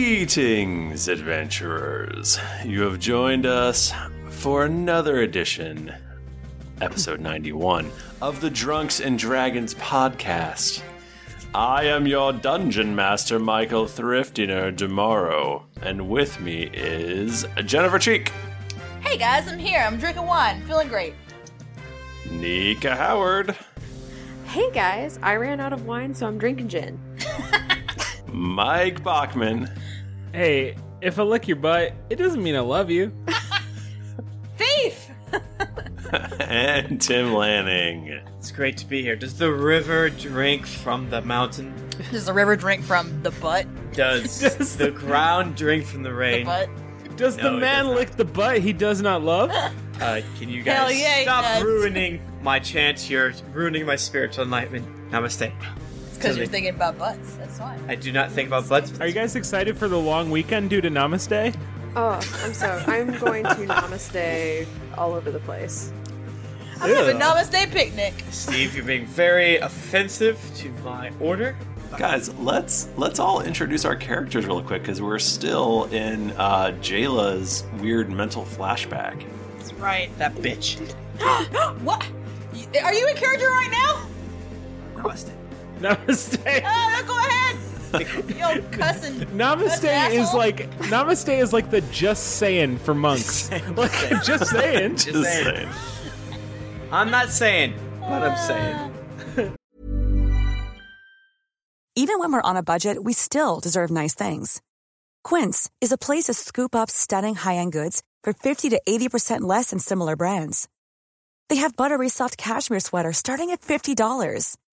Greetings, adventurers. You have joined us for another edition, episode 91, of the Drunks and Dragons podcast. I am your dungeon master, Michael Thriftiner Demaro, and with me is Jennifer Cheek, Hey guys, I'm here. I'm drinking wine, feeling great. Nika Howard, Hey guys, I ran out of wine, so I'm drinking gin. Mike Bachman, Hey, if I lick your butt, it doesn't mean I love you. Thief! and Tim Lanning. It's great to be here. Does the river drink from the mountain? Does the river drink from the butt? Does, Does the ground drink from the The rain? butt? Does No, the it man does not. lick the butt he does not love? Uh, can you Hell guys yeah, it stop does. ruining my chance? You're ruining my spiritual enlightenment. Namaste. It's because you're Totally. thinking about butts. That's why. I do not think about blood. Are you guys excited for the long weekend due to Namaste? Oh, I'm so I'm going to namaste all over the place. I'm having namaste picnic. Steve, you're being very offensive to my order. Guys, let's let's all introduce our characters real quick because we're still in uh, Jayla's weird mental flashback. That's right. That bitch. what? You- Are you in character right now? Namaste. Namaste. Oh, go ahead. Yo, cussing. Namaste is asshole. like Namaste is like the just saying for monks. Like just saying. Just saying. saying. I'm not saying what I'm saying. Even when we're on a budget, we still deserve nice things. Quince is a place to scoop up stunning high-end goods for 50 to 80% less than similar brands. They have buttery soft cashmere sweaters starting at $50,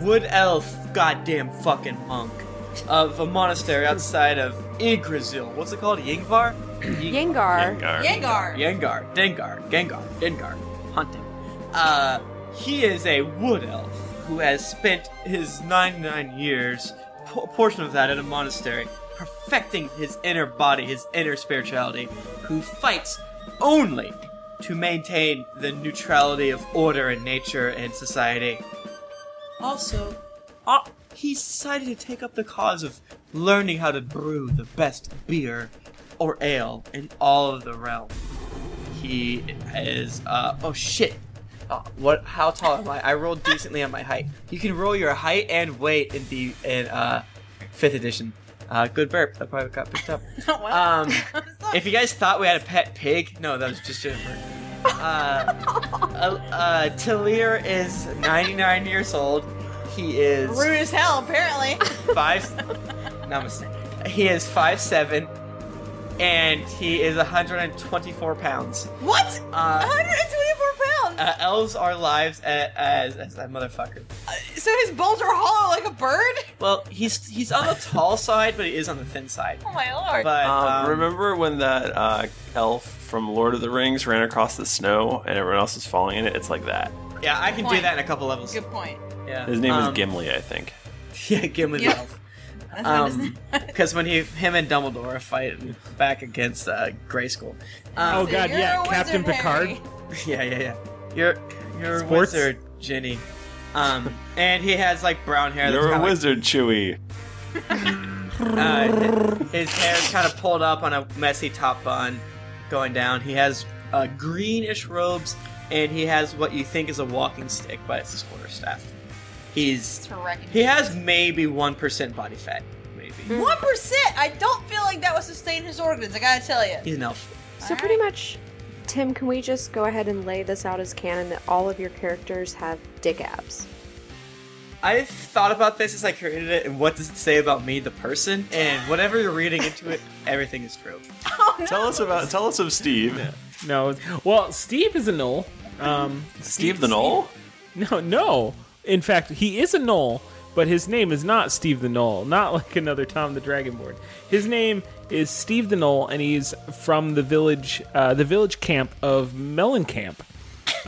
Wood elf, goddamn fucking monk. Of a monastery outside of Yggdrasil. What's it called? Yingvar? Yengar. Yengar. Yengar, Dengar, Gengar, Dengar, hunting. Uh, he is a wood elf who has spent his 99 years, po- portion of that at a monastery, perfecting his inner body, his inner spirituality, who fights only to maintain the neutrality of order in nature and society. Also, uh, he decided to take up the cause of learning how to brew the best beer or ale in all of the realm. He is, uh, oh shit. Uh, what? How tall am I? I rolled decently on my height. You can roll your height and weight in the in uh, fifth edition. Uh, good burp. That probably got picked up. Wow. Um, sorry. if you guys thought we had a pet pig, no, that was just Jennifer. Uh, uh, uh, Talir is 99 years old. He is Rude as hell, apparently. five. Namaste. He is five seven, and he is 124 pounds. What? Uh, 124 pounds. Uh, elves are lives a- as, as that motherfucker. So his bones are hollow like a bird. Well, he's he's on the tall side, but he is on the thin side. Oh my lord. But um, um, remember when that uh, elf from Lord of the Rings ran across the snow and everyone else was falling in it? It's like that. yeah, I can do Point. that in a couple levels. Good point. Yeah. His name Um, is Gimli, I think. Yeah, Gimli's Yeah. elf. That's Um, what his name- Because when he, him and Dumbledore fight back against uh, Grayskull. Oh, God, You're yeah, a Captain wizard, Picard. Harry. yeah, yeah, yeah. You're you're Sports? a wizard, Ginny. Um, and he has like brown hair. that's You're a kinda, wizard, Chewie. Uh, his hair kind of pulled up on a messy top bun, going down. He has uh, greenish robes, and he has what you think is a walking stick, but it's his quarterstaff. He's he has maybe one percent body fat, maybe. One percent. I don't feel like that would sustain his organs. I gotta tell you. He's an elf. So pretty much, Tim, can we just go ahead and lay this out as canon that all of your characters have dick abs? I've thought about this as I created it, and what does it say about me, the person? And whatever you're reading into it, everything is true. Tell us about. Tell us of Steve. No. Well, Steve is a knoll. Um, Steve the Knoll? No, no. In fact, he is a knoll, but his name is not Steve the Knoll. Not like another Tom the Dragonborn. His name is Steve the Knoll, and he's from the village, uh, the village camp of Mellencamp,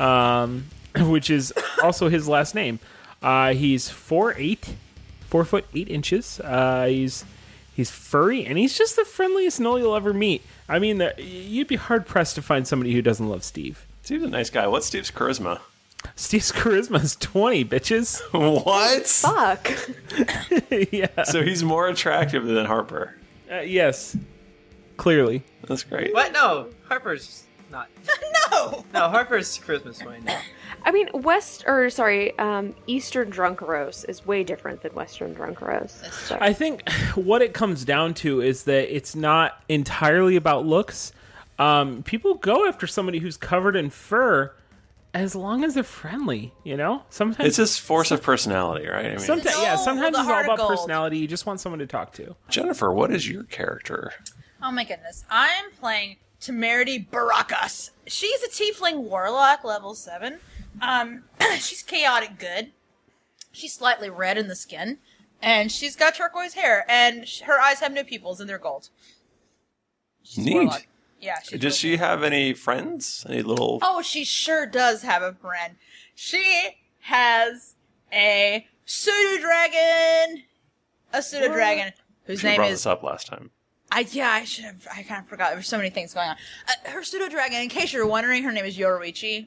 um, which is also his last name. Uh, he's four eight, four foot eight inches. Uh, he's He's furry, and he's just the friendliest knoll you'll ever meet. I mean, the, you'd be hard pressed to find somebody who doesn't love Steve. Steve's a nice guy. What's Steve's charisma? Steve's charisma is twenty, bitches. What? Fuck. yeah. So he's more attractive than Harper. Uh, yes. Clearly. That's great. What? No, Harper's not. no! No, Harper's Christmas wine. I mean, West or sorry, um, Eastern drunk roast is way different than Western drunk roast. So. I think what it comes down to is that it's not entirely about looks. Um, people go after somebody who's covered in fur as long as they're friendly, you know? Sometimes It's just force of personality, right? I mean, sometimes yeah, sometimes it's the all heart of about gold. personality. You just want someone to talk to. Jennifer, what is your character? Oh my goodness. I'm playing Temerity Barakas. She's a tiefling warlock, level 7. Um, she's chaotic good. She's slightly red in the skin. And she's got turquoise hair. And sh- her eyes have no pupils, and they're gold. Neat. warlock. Yeah, she's Does she have any friends? Any little? Oh, she sure does have a friend. She has a pseudo dragon, a pseudo dragon whose she name brought is this up last time. I yeah I should have I kind of forgot. There's so many things going on. Uh, her pseudo dragon, in case you're wondering, her name is Yoruichi,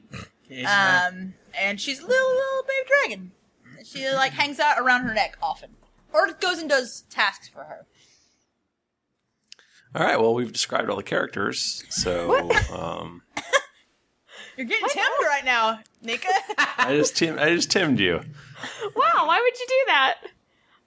um, and she's a little little baby dragon. She like hangs out around her neck often, or goes and does tasks for her. All right. Well, we've described all the characters, so um, You're getting timid right now, Nika. I just tim- I just timmed you. wow, why would you do that?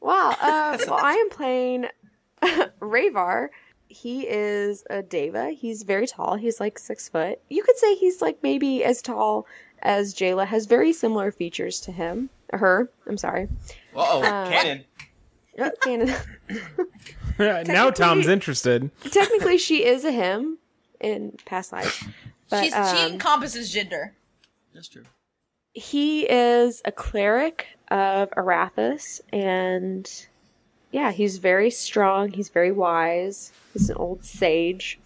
Wow. Uh, well, I am playing Ravar. He is a deva. He's very tall. He's like six foot. You could say he's like maybe as tall as Jayla. Has very similar features to him. Her. I'm sorry. oh, Uh, canon. Uh, Canada. now Tom's interested. Technically, she is a him in past life. But, she's, she um, encompasses gender. That's true. he is a cleric of Arathis, and yeah, he's very strong. He's very wise. He's an old sage,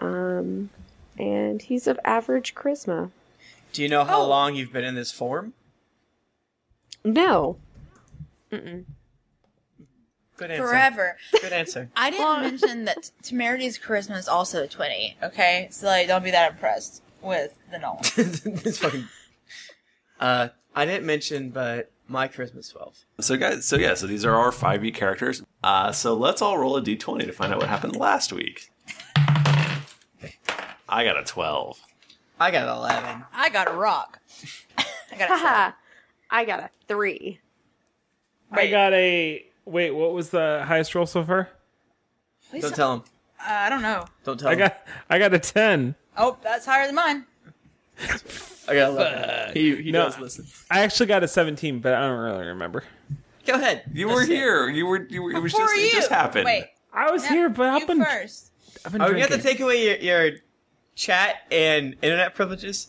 um, and he's of average charisma. Do you know Oh. how long you've been in this form? No, Good answer. Forever. Good answer. I didn't mention that Temerity's charisma is also a 20, okay? So, like, don't be that impressed with the null. it's fucking. Uh, I didn't mention, but my Christmas twelve. So guys, so yeah, so these are our five E characters. Uh, so let's all roll a D twenty to find out what happened last week. I got a twelve. I got eleven. I got a rock. I got a haha, I got a three. I got a wait, what was the highest roll so far? seven. Don't tell him. Uh, I don't know. Don't tell I him. got I got a ten. Oh, that's higher than mine. I got eleven. He, he No. does listen. I actually got a seventeen, but I don't really remember. Go ahead. You were That's it. here. You were. You were it was Before just. It you. just happened. Wait, I was no, here, but you I've been first. I've been Are we going Oh, to drinking. take away your, your chat and internet privileges?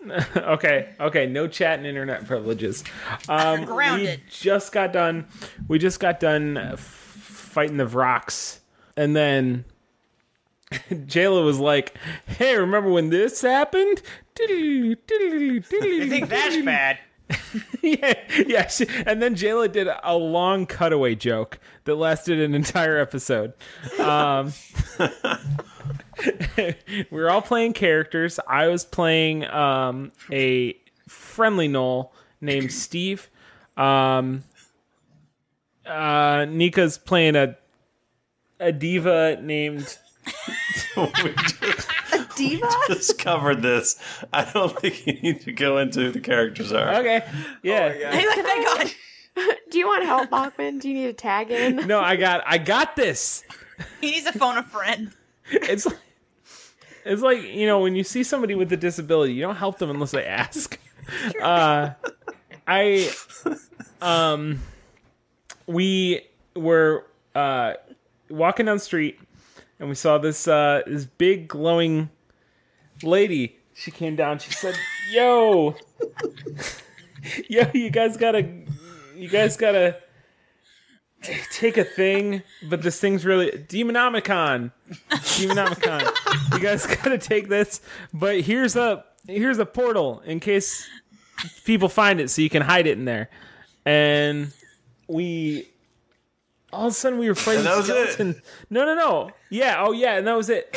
okay, okay, no chat and internet privileges. Um, Grounded. We just got done. We just got done uh, f- fighting the rocks, and then Jayla was like, "Hey, remember when this happened?" You think that's bad? yeah, yeah. She, and then Jayla did a long cutaway joke that lasted an entire episode. Um, we were all playing characters. I was playing um, a friendly knoll named Steve. Um, uh, Nika's playing a a diva named. a diva? Just covered this. I don't think you need to go into who the characters are. Okay. Yeah. Oh thank God. Do you want help, Bachman? Do you need a tag in? no, I got I got this. He needs to phone a friend. It's like, it's like you know when you see somebody with a disability, you don't help them unless they ask. Uh, I um we were uh walking down the street and we saw this uh this big glowing lady. She came down. She said, "Yo, yo, you guys gotta, you guys gotta." t- take a thing, but this thing's really Demonomicon. Demonomicon. you guys gotta take this. But here's a here's a portal in case people find it so you can hide it in there. And we all of a sudden we were fighting And that was it? skeleton. No no no. Yeah, oh yeah, and that was it.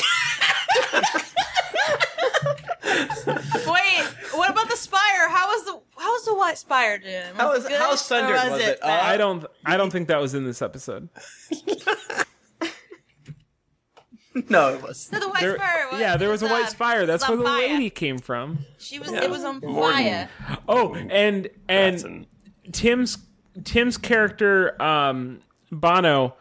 Wait, what about the spire? How was the how was the white spire doing? Was it good, or uh? bad? I don't I don't think that was in this episode. no, it was. No, the white There- spire. Was, yeah, there was a white uh, spire. That's where was on the fire. lady came from. She was. It was on Morden. fire. Oh, and and Tim's Tim's character um Bono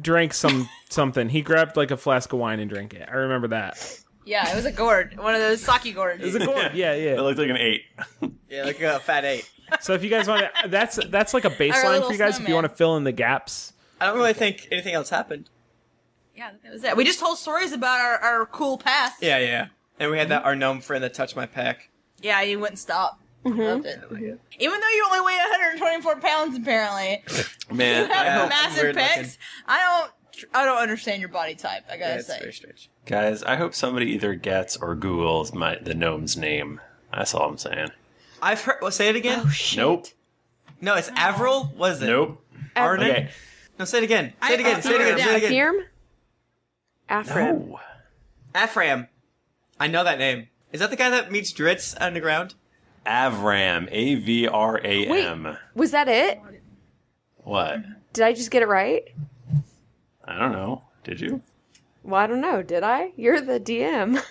drank some something. He grabbed like a flask of wine and drank it. I remember that. Yeah, it was a gourd. One of those sake gourds. It was a gourd. Yeah, yeah. It looked like an eight. Yeah, like a fat eight. So if you guys want to, that's that's like a baseline little for you guys. If you snowman. want to fill in the gaps, I don't really think anything else happened. Yeah, that was it. We just told stories about our, our cool past. Yeah, yeah. And we had that our gnome friend that touched my pack. Yeah, you wouldn't stop. Loved it. Even though you only weigh 124 pounds, apparently, Man, you have I- massive pecs. I don't. I don't understand your body type. I gotta Yeah, it's say. very strange. Guys, I hope somebody either gets or Googles my the gnome's name. That's all I'm saying. I've heard. Well, say it again. Oh, Nope. No, it's Avril. Was it? Nope. Arnon? Okay. No, say it again. Say it I- again. Say it again. Say it again. Afirm? Afrim. No. Afram. I know that name. Is that the guy that meets Dritz underground? Avram. A V R A M. Was that it? What? Did I just get it right? I don't know. Did you? Well, I don't know. Did I? You're the DM.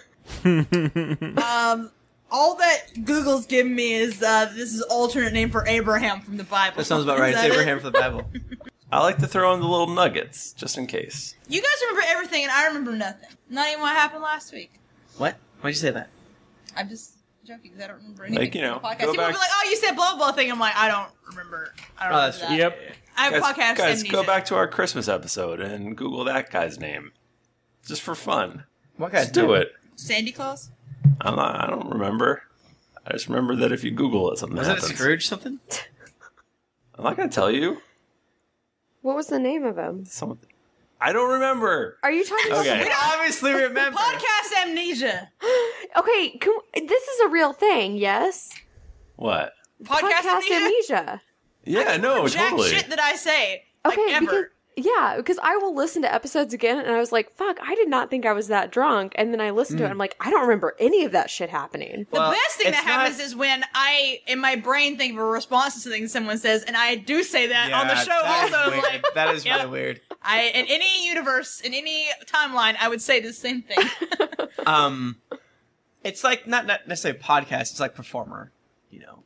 Um, all that Google's given me is uh, this is alternate name for Abraham from the Bible. That sounds about right. Is It's that it? Abraham for the Bible. I like to throw in the little nuggets just in case. You guys remember everything, and I remember nothing. Not even what happened last week. What? Why'd you say that? I'm just joking because I don't remember anything. Like, you know, from the podcast. go People back- be like, "Oh, you said blah blah thing." I'm like, I don't remember. I don't Oh, remember that's that. true. Yep. I have guys, podcast guys amnesia. go back to our Christmas episode and Google that guy's name. Just for fun. What guy's Just do name? it. Sandy Claus. I'm not, I don't remember. I just remember that if you Google it, something Was it happens. Scrooge something? I'm not going to tell you. What was the name of him? Someone... I don't remember. Are you talking Okay. about? We obviously remember. Podcast amnesia. okay, can we- this is a real thing. Yes. What? Podcast, amnesia. amnesia. Yeah, no, Jack totally. shit that I say. Okay, like, because ever. yeah, because I will listen to episodes again, and I was like, "Fuck, I did not think I was that drunk." And then I listened to it, Mm. and I'm like, I don't remember any of that shit happening. the best thing that it's not- happens is when I, in my brain, think of a response to something someone says, and I do say that on the Yeah, show. that is Also, I'm weird. like, that is yeah. really weird. I in any universe, in any timeline, I would say the same thing. Um, it's like not, not necessarily podcast. It's like performer. You know.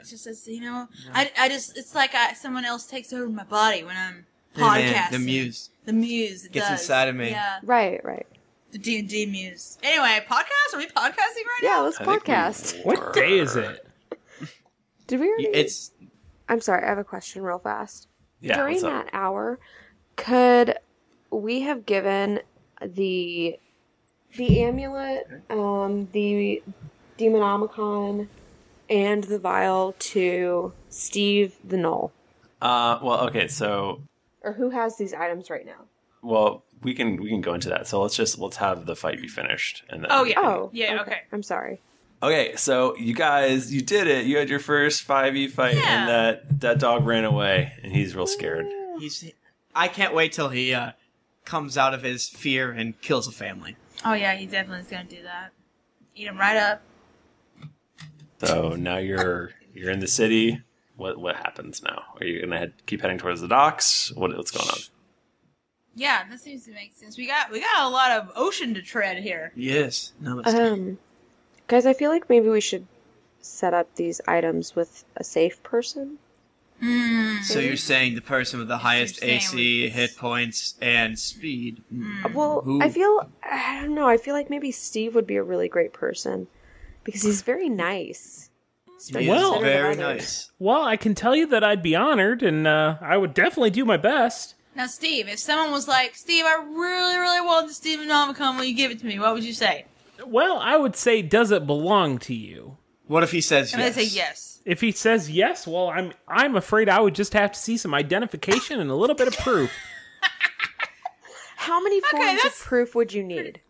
It's just as you know, I, I just it's like I, someone else takes over my body when I'm Hey, man, podcasting. the muse. the muse it Gets does. inside of me. Yeah, Right, right. the D and D muse. Anyway, podcast? Are we podcasting right Yeah, now? let's Oh, podcast. What day is it? Did we? Already... It's I'm sorry, I have a question real fast. Yeah, During what's up? that hour, could we have given the the amulet, um, the demonomicon, and the vial to Steve the Knoll. Uh, well, okay, so Or who has these items right now? well we can we can go into that. So let's just let's have the fight be finished and then Oh yeah. Oh, yeah. Okay. I'm sorry. Okay, so you guys, you did it. You had your first five e fight, and that that dog ran away, and he's real scared. He's. I can't wait till he uh, comes out of his fear and kills a family. Oh yeah, he definitely is gonna do that. Eat him right up. So now you're you're in the city. What what happens now? Are you gonna head, keep heading towards the docks? What what's going on? Yeah, that seems to make sense. We got we got a lot of ocean to tread here. Yes. No, Um, guys, I feel like maybe we should set up these items with a safe person. Hmm. so you're saying the person with the highest AC, hit points, and speed? Hmm. Well, Who- I feel I don't know. I feel like maybe Steve would be a really great person because he's very nice. He's very Well- considerate of very others. nice. Well, I can tell you that I'd be honored, and uh, I would definitely do my best. Now, Steve, if someone was like, "Steve, I really, really want the Steven Omicron, will you give it to me?" What would you say? Well, I would say, does it belong to you? What if he says And yes? they say yes. If he says yes, well, I'm I'm afraid I would just have to see some identification and a little bit of proof. How many forms that's- of proof would you need?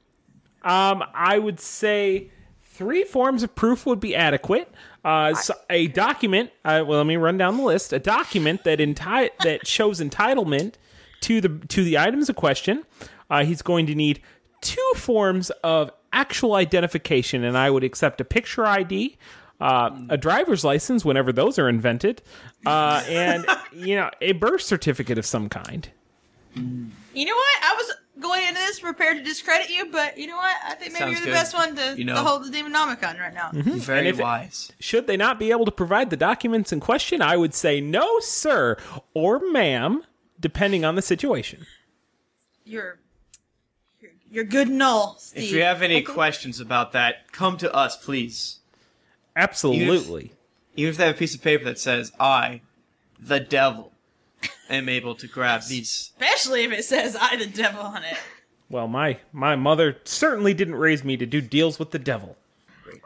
Um, I would say three forms of proof would be adequate. Uh, so a document. Uh, well, let me run down the list. A document that enti- that shows entitlement to the to the items of question. Uh, he's going to need two forms of actual identification, and I would accept a picture ID. Uh, a driver's license, whenever those are invented, uh, and you know a birth certificate of some kind. You know what? I was going into this prepared to discredit you, but you know what? I think maybe Sounds you're the good. best one to, You know. to hold the Demon Omicron right now. Mm-hmm. Very wise. Should they not be able to provide the documents in question, I would say no, sir, or ma'am, depending on the situation. You're, you're you're good null, Steve. If you have any questions about that, come to us, please. Absolutely. Even if they have a piece of paper that says, I, the devil, am able to grab these. Especially if it says "I the devil" on it. Well, my my mother certainly didn't raise me to do deals with the devil.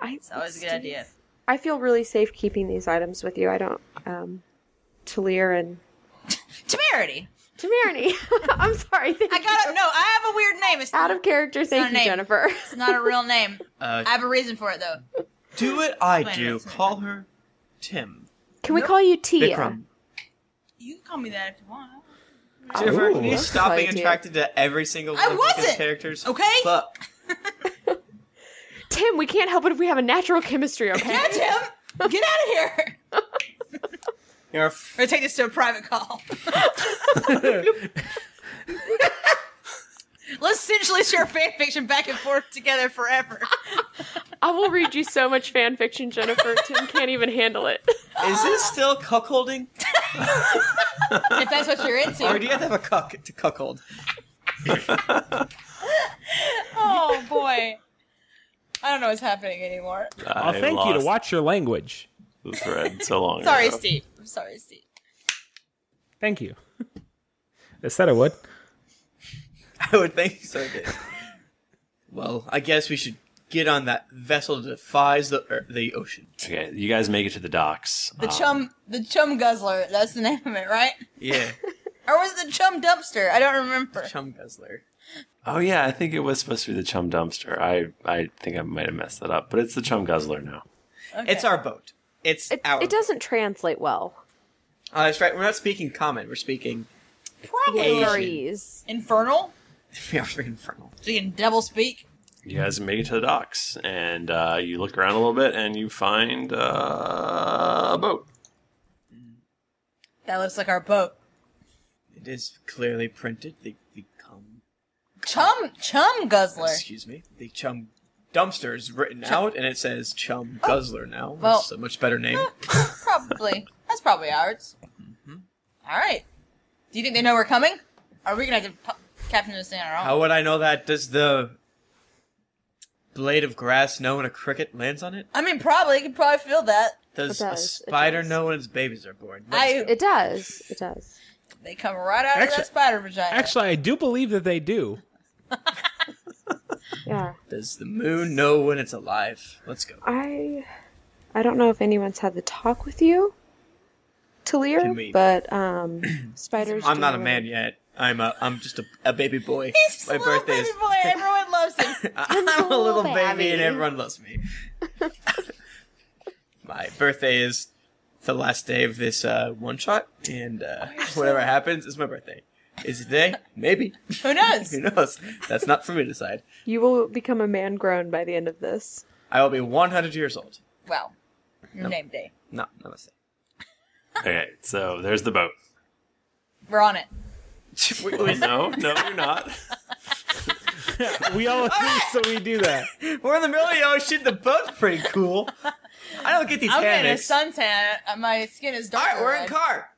I, It's always a good idea. I feel really safe keeping these items with you. I don't, um, Talir and Temerity. Tamirni. I'm sorry. Thank I got you. it. No, I have a weird name. It's out of character. Thank a you, name. Jennifer. It's not a real name. Uh, I have a reason for it though. do what I Wait, do. that's not Call her Tim. Can we call you Tia? Bikram. You can call me that if you want. Jennifer, Ooh. can you That's stop being quite cute. attracted to every single one I of these wasn't, characters? okay? Fuck. Tim, we can't help it if we have a natural chemistry. Okay. Yeah, Tim, get out of here. You're a f- Or take this to a private call. Let's essentially share fan fiction back and forth together forever. I will read you so much fan fiction, Jennifer. Tim can't even handle it. Is this still cuckolding? If that's what you're Or into. do you have to have a cuck to cuckold? Oh boy. I don't know what's happening anymore. Oh, thank you to watch your language. the thread so long. Sorry, ago. Steve. I'm sorry, Steve. Thank you. I said I would. I would think so. Dude. Well, I guess we should get on that vessel that defies the er, the ocean. Okay, you guys make it to the docks. The chum the chum guzzler, that's the name of it, right? Yeah, Or was it the chum dumpster? I don't remember. chum guzzler. Oh yeah, I think it was supposed to be the chum dumpster. I I think I might have messed that up, but it's the chum guzzler now. It's our boat. It's It, our. it doesn't translate well. Oh, that's right. We're not speaking common. We're speaking. probably Worries. infernal. We are speaking infernal. So you can devil speak. You guys make it to the docks, and uh, you look around a little bit, and you find uh, a boat. That looks like our boat. It is clearly printed. The the cum. Chum chum guzzler. Excuse me. The chum dumpster is written out, and it says chum guzzler now. Oh. Well- That's a much better name. Mm-hmm. Probably. That's probably ours. All right. Do you think they know we're coming? Are we gonna have to pu- captain this in on our own? How would I know that? Does the blade of grass know when a cricket lands on it? I mean, probably. You could probably feel that. Does, It a does, it spider does. know when its babies are born? I. It does. It does. they come right out of Actu- that spider vagina. Actually, I do believe that they do. Yeah. Does the moon know when it's alive? Let's go. I I don't know if anyone's had the talk with you, Can Talir, we- but um spiders I'm do not a live- man yet. I'm a I'm just a, a baby boy. He's just My a little birthday baby is boy. Everyone loves him. I'm a little baby and baby. everyone loves me. My birthday is the last day of this uh, one shot, and uh, Oh, whatever happens is my birthday. Is it today? Maybe. Who knows? Who knows? That's not for me to decide. You will become a man grown by the end of this. I will be 100 years old. Well, your name day. No, namaste. Okay, so there's the boat. We're on it. We, Well, no, no, you're not. We all agree, so we do that. are in the middle of the ocean. The boat's pretty cool. I don't get these I'm getting a hammocks. All suntan. Uh, My skin is darker. right, we're in red. car.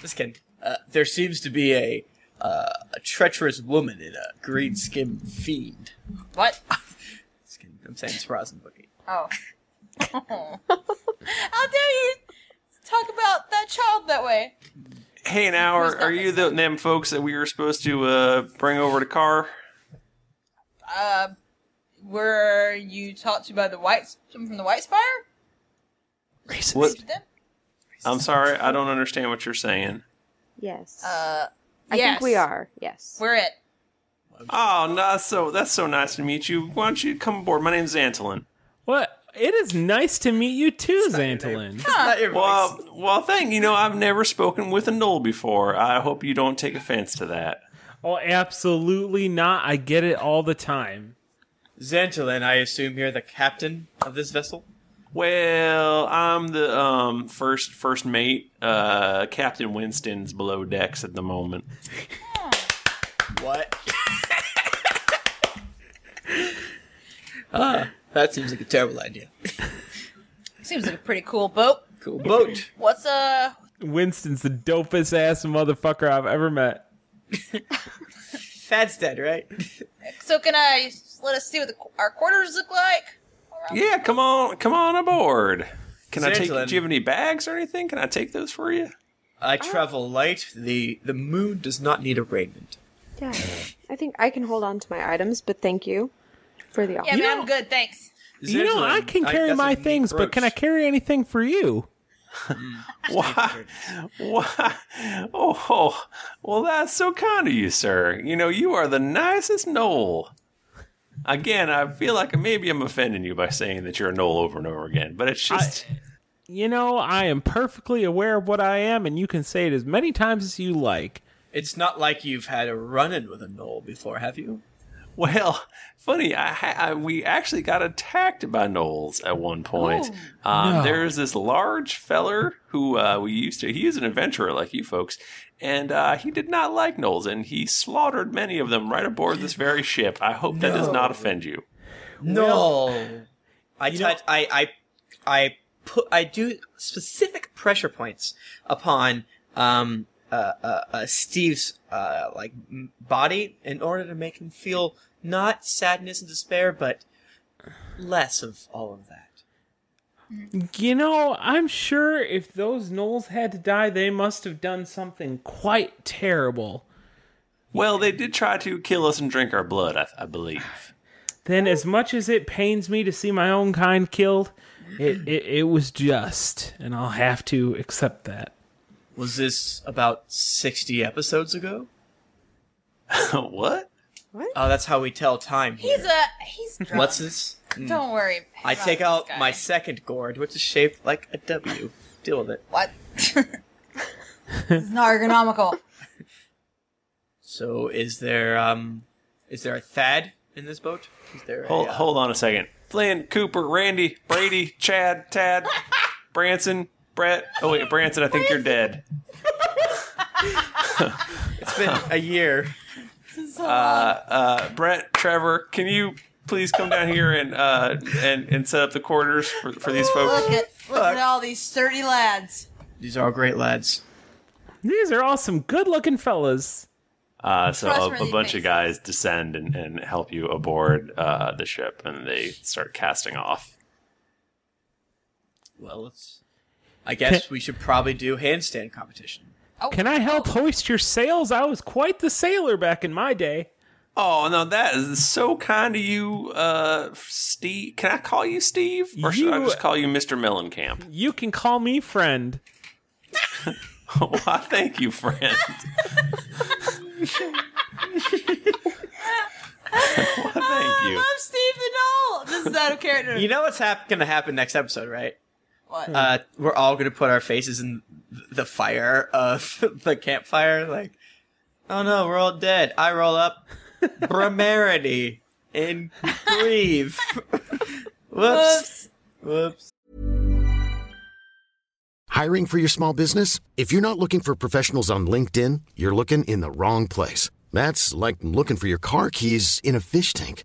Just kidding. Uh, there seems to be a uh, a treacherous woman in a green skin fiend. What? Just kidding. I'm saying it's Rosin Boogie. Oh. How dare you talk about that child that way? Hey, now are, are you the them folks that we were supposed to uh, bring over to car? Uh, Were you talked to by the white someone from the White Spire? What? Them? I'm sorry, I don't understand what you're saying. Yes. Uh, I yes. think we are. Yes. We're it. Oh, no, so that's so nice to meet you. Why don't you come aboard? My name's Antolin. What? It is nice to meet you too, Xantolin. It's not your voice. Well, well, thank you. know, I've never spoken with a knoll before. I hope you don't take offense to that. Oh, absolutely not. I get it all the time. Xantolin, I assume you're the captain of this vessel. Well, I'm the um, first first mate. Uh, Captain Winston's below decks at the moment. What? Uh, Ah, that seems like a terrible idea. Seems like a pretty cool boat. Cool boat. What's uh? Winston's the dopest ass motherfucker I've ever met. Fad's dead, right? So can I let us see what the, our quarters look like? Yeah, come on, come on aboard. Can I take? Xantolin. Do you have any bags or anything? Can I take those for you? I travel light. The the moon does not need a raiment. Yeah. I think I can hold on to my items, but thank you for the offer. Yeah, man, I'm good. Thanks. You know, I Xantolin, can carry that's a my neat things, but can I brooch. carry anything for you? Why? Why? Oh, oh, well, that's so kind of you, sir. You know, you are the nicest knoll. Again, I feel like maybe I'm offending you by saying that you're a knoll over and over again, but it's just. You know, I am perfectly aware of what I am, and you can say it as many times as you like. It's not like you've had a run-in with a knoll before, have you? Well, funny. I, ha- I we actually got attacked by gnolls at one point. um, There's this large feller who uh, we used to. He is an adventurer like you folks, and uh, he did not like gnolls, and he slaughtered many of them right aboard this very ship. I hope that does not offend you. No. I know- touch. I I I put. I do specific pressure points upon um uh uh, uh Steve's uh like m- body in order to make him feel not sadness and despair, but less of all of that. You know, I'm sure if those gnolls had to die, they must have done something quite terrible. Well, they did try to kill us and drink our blood, I, I believe. Then, as much as it pains me to see my own kind killed, it, it, it was just, and I'll have to accept that. Was this about sixty episodes ago? what? Oh, that's how we tell time here. He's a he's drunk. What's this? Hmm. Don't worry. I about take this out guy. my second gourd, which is shaped like a W. Deal with it. what? It's not ergonomical. So, is there um, is there a Thad in this boat? Is there Hold, a, uh, hold on a second. Flynn, Cooper, Randy, Brady, Chad, Tad, Branson, Brett. Oh wait, Branson, I think you're dead. It's been a year. Uh, Brett, Trevor, can you please come down here and uh, and and set up the quarters for, for these folks? Look at look at all these sturdy lads. These are all great lads. These are all some good looking fellas. Uh, so a, Trustworthy a bunch faces. of guys descend and, and help you aboard uh, the ship, and they start casting off. Well, it's. I guess we should probably do handstand competition. Oh, Can I help oh, hoist your sails? I was quite the sailor back in my day. Oh, no, that is so kind of you, uh, Steve. Can I call you Steve? Or should I You- just call you Mr. Mellencamp? You can call me friend. Why, thank you, friend. I you. love Steve the Knoll. This is out of character. You know what's hap- going to happen next episode, right? What? Uh, we're all going to put our faces in th- the fire of the campfire. Like, oh no, we're all dead. I roll up. Bramarity in grief. Whoops. Whoops. Hiring for your small business? If you're not looking for professionals on LinkedIn, you're looking in the wrong place. That's like looking for your car keys in a fish tank.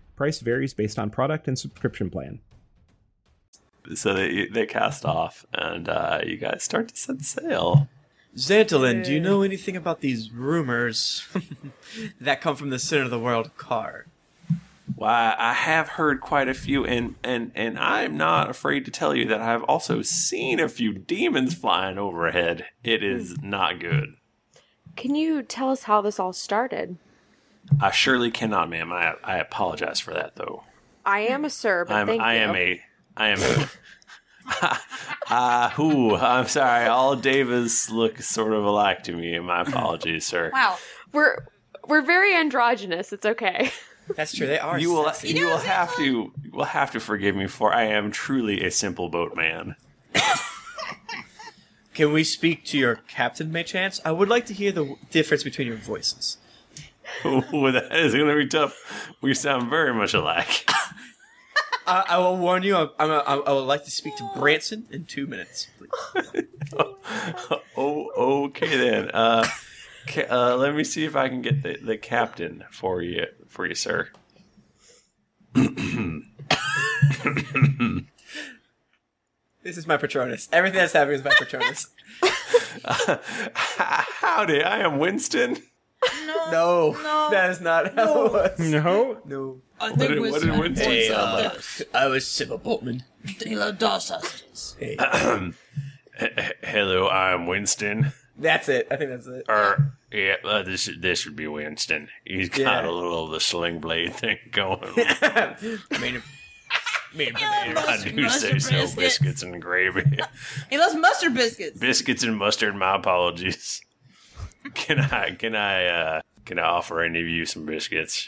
Price varies based on product and subscription plan. so they, they cast off, and uh, you guys start to set sail. Xantalin, do you know anything about these rumors that come from the center of the world card? Why, I have heard quite a few, and, and, and I'm not afraid to tell you that I've also seen a few demons flying overhead. It is Hmm. not good. Can you tell us how this all started? I surely cannot, ma'am. I, I apologize for that, though. I am a sir, but I'm, thank I you. am a. I am a. Ah, who? I'm sorry. All Davis look sort of alike to me. My apologies, sir. Wow. We're we're very androgynous. It's okay. That's true. They are. You will. You will have to. You will have to forgive me for I am truly a simple boatman. Can we speak to your captain, may chance? I would like to hear the w- difference between your voices. Ooh, that is going to be tough. We sound very much alike. I, I will warn you. I, I'm a, I, I would like to speak to Branson in two minutes. Please. Oh, okay then. Uh, ca- uh, let me see if I can get the, the captain for you, for you, sir. This is my Patronus. Everything that's happening is my Patronus. Howdy, I am Winston. No, no, Oh, that is not how it was. No, no. I think What did- what did Winston- Winston Hey, sound uh, like? I was Sybil Boltman. They love dog sausages. Hey. Hello, I'm Winston. That's it. I think that's it. Or yeah, uh, this this would be Winston. He's got Yeah. a little of the sling blade thing going. Made him. him. Made I do say so. Biscuits and gravy, He loves mustard biscuits. biscuits and mustard. My apologies. Can I can I uh, can I offer any of you some biscuits?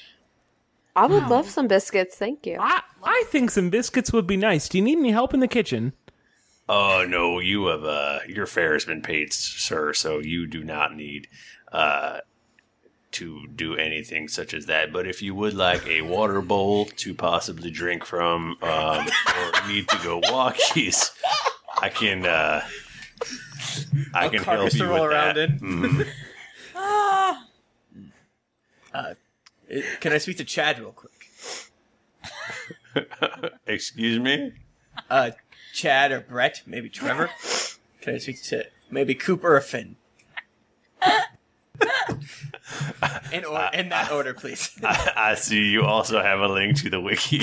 I would love some biscuits, thank you. I, I think some biscuits would be nice. Do you need any help in the kitchen? Oh no, you have uh your fare has been paid, sir, so you do not need uh to do anything such as that. But if you would like a water bowl to possibly drink from um or need to go walkies, I can uh I can help carcass to you roll with around that. in. Mhm. Ah, Uh, it- can I speak to Chad real quick? Excuse me? Uh, Chad or Brett, maybe Trevor. Can I speak to maybe Cooper or Finn? in, or- in that order, please. I, I see you also have a link to the wiki.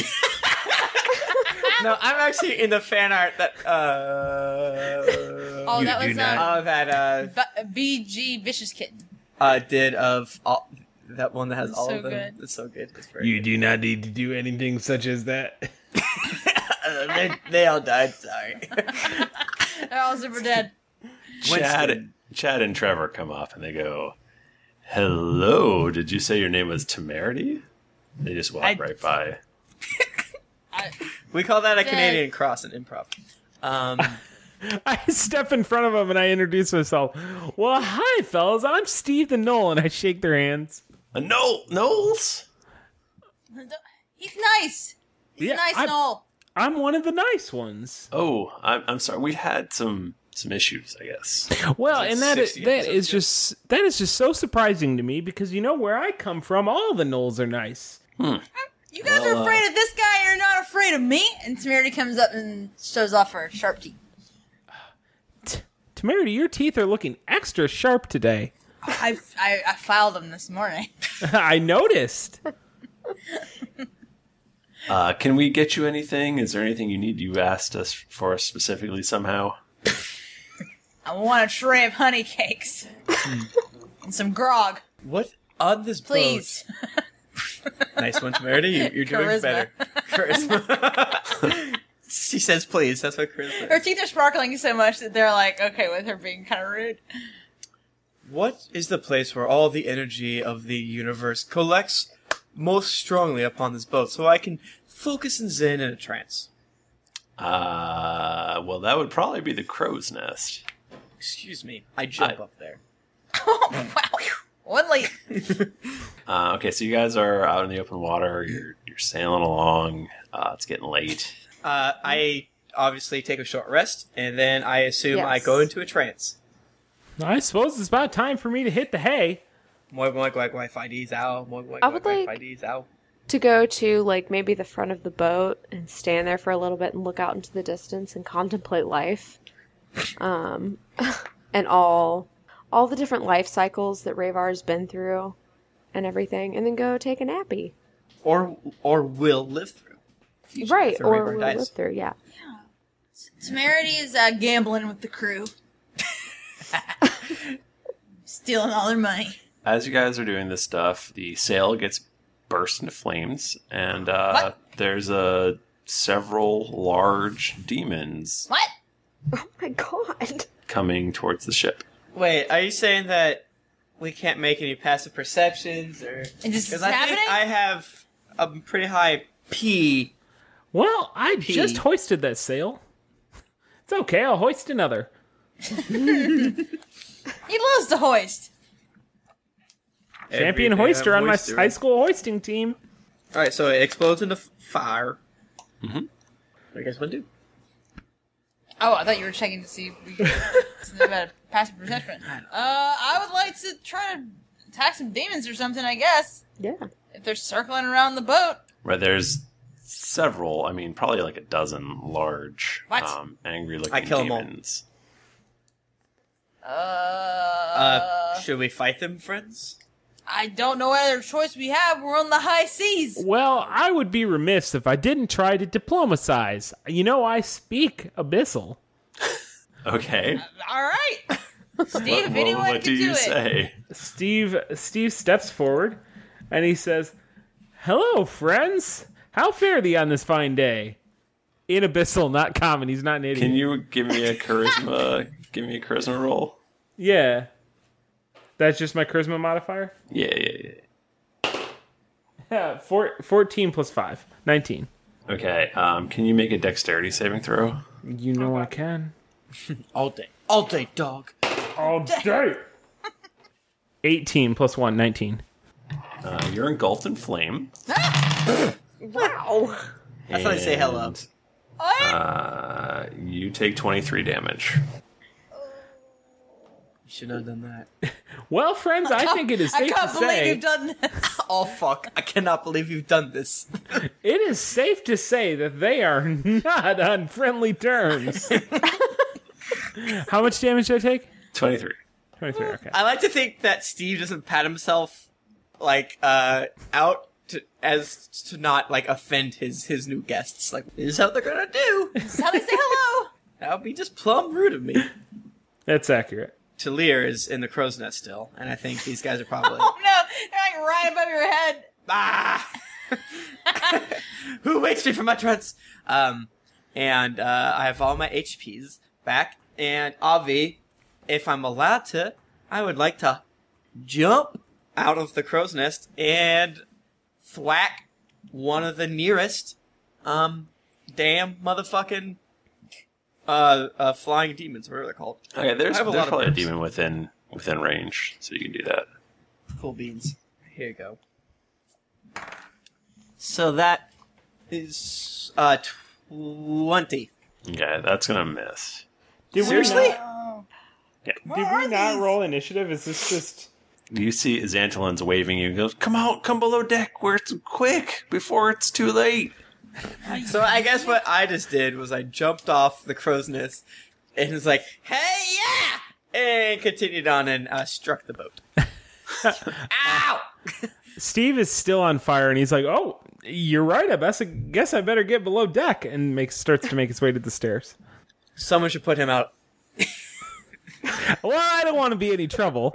no, I'm actually in the fan art that. Uh, Oh, You that do was, not. uh, Oh, that uh, B- VG vicious kitten. uh, did of all, that one that has all so of them. good. It's so good. It's very. You do not need to do anything such as that. Uh, they, they all died. Sorry. They're all super dead. Chad, Chad and Trevor come up and they go, "Hello, did you say your name was Temerity?" They just walk I- right by. we call that a Dead. Canadian cross in improv. Um, I step in front of them and I introduce myself. Well, hi, fellas. I'm Steve the Knoll, and I shake their hands. No, Knowles. He's nice. He's Yeah, nice I- and all. I'm one of the nice ones. Oh, I'm, I'm sorry. We had some some issues, I guess. Well, and that is, that is just that is just so surprising to me because you know where I come from, all the Knolls are nice. Hmm. You guys Well, are uh, afraid of this guy. You're not afraid of me. And Temerity comes up and shows off her sharp teeth. Temerity, your teeth are looking extra sharp today. I, I, I filed them this morning. I noticed. Uh, can we get you anything? Is there anything you need? You asked us for specifically somehow. I want a tray of honey cakes and some grog, Hmm. what on this please. Nice one, Temerity. You, you're doing Charisma. better. She says, "Please." That's what Chris. Her teeth are sparkling so much that they're like okay with her being kind of rude. What is the place where all the energy of the universe collects most strongly upon this boat, so I can focus and zen in a trance? Uh, well, that would probably be the crow's nest. Excuse me. I jump up there. One late. Uh, okay, so you guys are out in the open water. You're you're sailing along. Uh, it's getting late. Uh, I obviously take a short rest, and then I assume I Yes. go into a trance. I suppose it's about time for me to hit the hay. Moi moi moi moi fides ow. Moi moi I moi would moi like- fides ow. To go to like maybe the front of the boat and stand there for a little bit and look out into the distance and contemplate life. Um and all all the different life cycles that Ravar's been through and everything, and then go take a nappy. Or or will live through. right, after or Ravar we'll dies. live through, yeah. Temerity is uh, gambling with the crew, stealing all their money. as you guys are doing this stuff, the sail gets burst into flames, and uh, there's uh, several large demons What? Oh my god. coming towards the ship. Wait, are you saying that we can't make any passive perceptions or just I think I have a pretty high P. Well, I P. just hoisted that sail. It's okay. I'll hoist another. He loves to hoist. uh, Champion hoister on my high school hoisting team. All right, so it explodes into f- fire. Mm-hmm. What do you guys want to do? Oh, I thought you were checking to see if we could something about a passive perception. Uh, I would like to try to attack some demons or something, I guess. Yeah. If they're circling around the boat. Right, there's several. I mean, probably like a dozen large, What? um, angry-looking I kill 'em all. demons. Uh, Uh, should we fight them, friends? I don't know what other choice we have. We're on the high seas. Well, I would be remiss if I didn't try to diplomacize. You know, I speak abyssal. Okay. All right. Steve, Uh, if What- anyone what can do do, you it. say? Steve Steve steps forward and he says, "Hello, friends. How fare thee on this fine day?" In abyssal, not common. He's not an idiot. Can you give me a charisma? give me a charisma roll. Yeah. That's just my charisma modifier. Yeah, yeah, yeah. Yeah, four, 14 plus 5, 19. Okay. Um, can you make a dexterity saving throw? You know I can. All day. All day, dog. All day. 18 plus 1, 19. Uh, you're engulfed in flame. Wow. That's how they say hello. And, Uh, you take 23 damage. Should have done that. Well, friends, I think it is safe to say done this. oh fuck! I cannot believe you've done this. it is safe to say that they are not on friendly terms. How much damage did I take? 23. 23. Okay. I like to think that Steve doesn't pat himself like uh out to, as to not like offend his his new guests. Like this is how they're gonna do. This is how they say hello. That would be just plumb rude of me. That's accurate. Talir is in the crow's nest still, and I think these guys are probably. Oh no, they're like right above your head. Ah! who waits me for my treads? Um, and uh, I have all my HPs back. And Avi, if I'm allowed to, I would like to jump out of the crow's nest and thwack one of the nearest um damn motherfucking uh, uh flying demons, whatever they're called. Okay, there's, I have a there's lot probably of a demon within within range, so you can do that. Cool beans. Here you go. So that is uh twenty. Okay, that's gonna miss. Did Seriously? Yeah. Did we not roll initiative? Is this just. You see Xantalan's waving you and goes, Come out, come below deck, where it's quick before it's too late. So I guess what I just did was I jumped off the crow's nest and was like, "Hey, yeah!" and continued on and uh, struck the boat. Steve is still on fire, and he's like, "Oh, you're right. I best guess I better get below deck." And makes starts to make his way to the stairs. Someone should put him out. well, I don't want to be any trouble.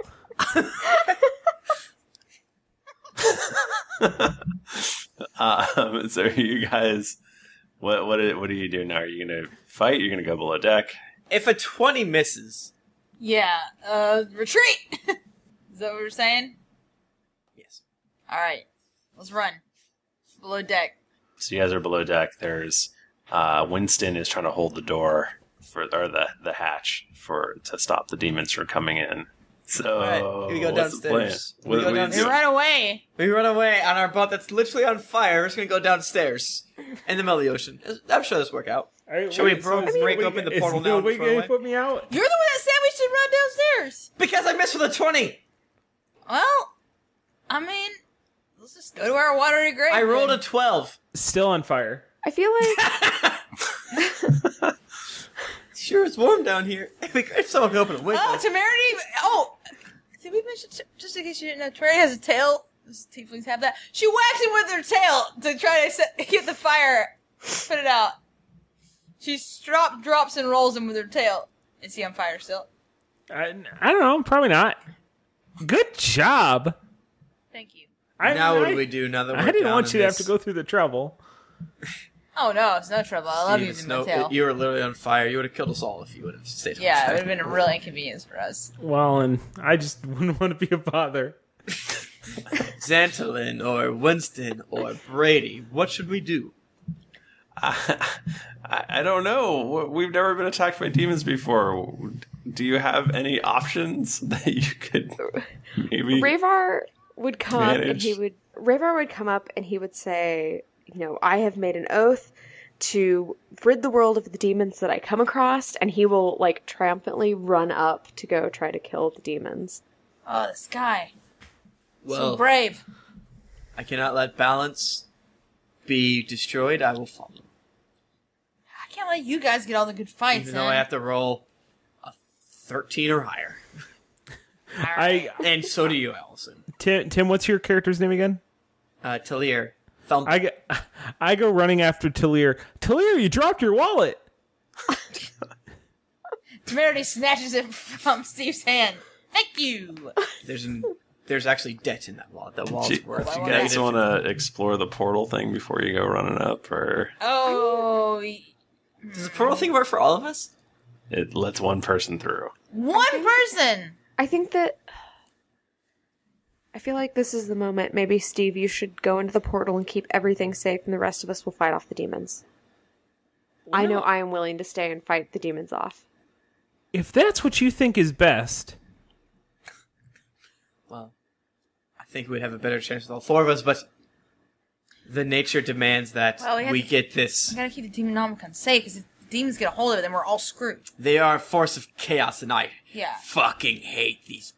Um, so you guys, what what do- what do you do now? Are you gonna fight? You're gonna go below deck. If a twenty misses, Yeah. Uh, retreat. is that what we're saying? Yes. All right. Let's run below deck. So you guys are below deck. There's uh, Winston is trying to hold the door for or the the hatch for to stop the demons from coming in. So All right, we go what's the downstairs. plan? We What- go what do you downstairs. do? Run away. we run away on our boat that's literally on fire. We're just gonna go downstairs in the middle of the ocean. I'm sure this will work out. Shall we bro- break open the portal now? and throw away? me out? You're the one that said we should run downstairs. Because I missed with a twenty. Well, I mean, let's just go to our watery grave. I rolled a then. twelve. Still on fire. I feel like Sure, it's warm down here. It'd be great if someone could open a window. Oh, Temerity! Oh, did we mention just in case you didn't know? Temerity has a tail. Those tieflings have that. She whacks him with her tail to try to set, get the fire, put it out. She strop drops and rolls him with her tail. Is he on fire still? I, I don't know. Probably not. Good job. Thank you. I, now what I- do we do now that we're I didn't down want in you to have this? to go through the trouble. Oh no, it's no trouble. I love Steve, using it's my no- tail. You were literally on fire. You would have killed us all if you would have stayed. on yeah, it fire. would have been a real inconvenience for us. Well, and I just wouldn't want to be a bother. Xantolin or Winston or Brady. What should we do? I, I don't know. We've never been attacked by demons before. Do you have any options that you could maybe? Ravar would come up and Manage. he would Ravar would come up and he would say, you know, I have made an oath to rid the world of the demons that I come across, and he will like triumphantly run up to go try to kill the demons. Oh, this guy. Well- so brave. I cannot let balance be destroyed. I will follow. I can't let you guys get all the good fights. Even though I in. have to roll a 13 or higher. I and so do you, Allison. Tim, Tim, what's your character's name again? Uh, Talir. Thump. I go, I go running after Talir. Talir, you dropped your wallet. Temerity snatches it from Steve's hand. Thank you. There's an there's actually debt in that wall. That wall's Do, do worth. you guys want to explore the portal thing before you go running up, or Oh, Does the portal thing work for all of us? it lets one person through? One person. I think that I feel like this is the moment. Maybe Steve, you should go into the portal and keep everything safe, and the rest of us will fight off the demons. I know I am willing to stay and fight the demons off. If that's what you think is best, Well, I think we'd have a better chance with all four of us, but the nature demands that Well, we we, have to- get I this. gotta keep the Demonomicon safe because if the demons get a hold of it, then we're all screwed. They are a force of chaos, and I Yeah. fucking hate these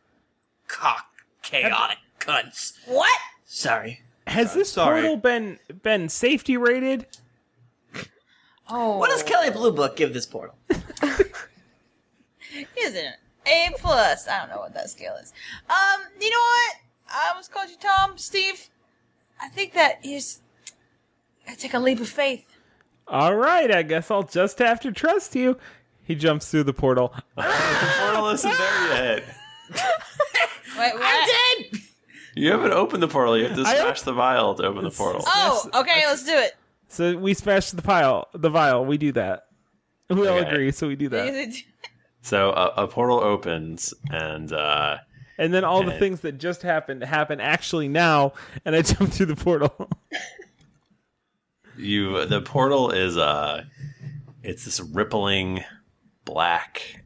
cock chaotic cunts. What? Sorry. has this sorry. portal been been safety rated? Oh. What does Kelly Blue Book give this portal? Isn't it? A plus. I don't know what that scale is. Um, you know what? I almost called you Tom. Steve, I think that is. I take a leap of faith. All right, I guess I'll just have to trust you. He jumps through the portal. portal isn't there yet. Wait, what? I did. You haven't opened the portal. You have to I- smash the vial to open the portal. Oh, okay. Let's do it. So we smash the pile, the vial. We do that. We all Okay. agree, so we do that. So uh, a portal opens, and uh, And then all the And- things that just happened happen actually now, and I jump through the portal. you the portal is uh it's this rippling black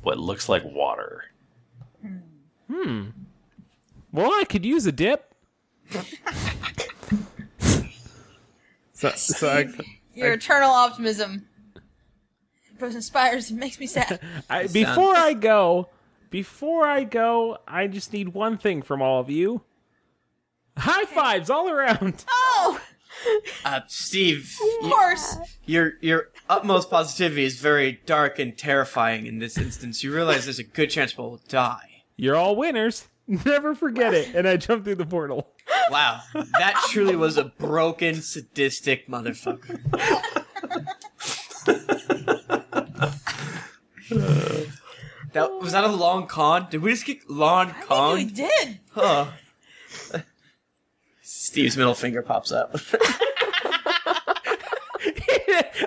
what looks like water Hmm. Well, I could use a dip. so, so I, Your eternal optimism. Both inspires and makes me sad. I, before I go, before I go, I just need one thing from all of you. High fives all around. Oh, Uh, Steve, of course. your your utmost positivity is very dark and terrifying in this instance. You realize there's a good chance we'll die. You're all winners. Never forget it. And I jump through the portal. Wow, that truly was a broken, sadistic motherfucker. that was that a long con? Did we just get long con? We did. Huh. Steve's middle finger pops up.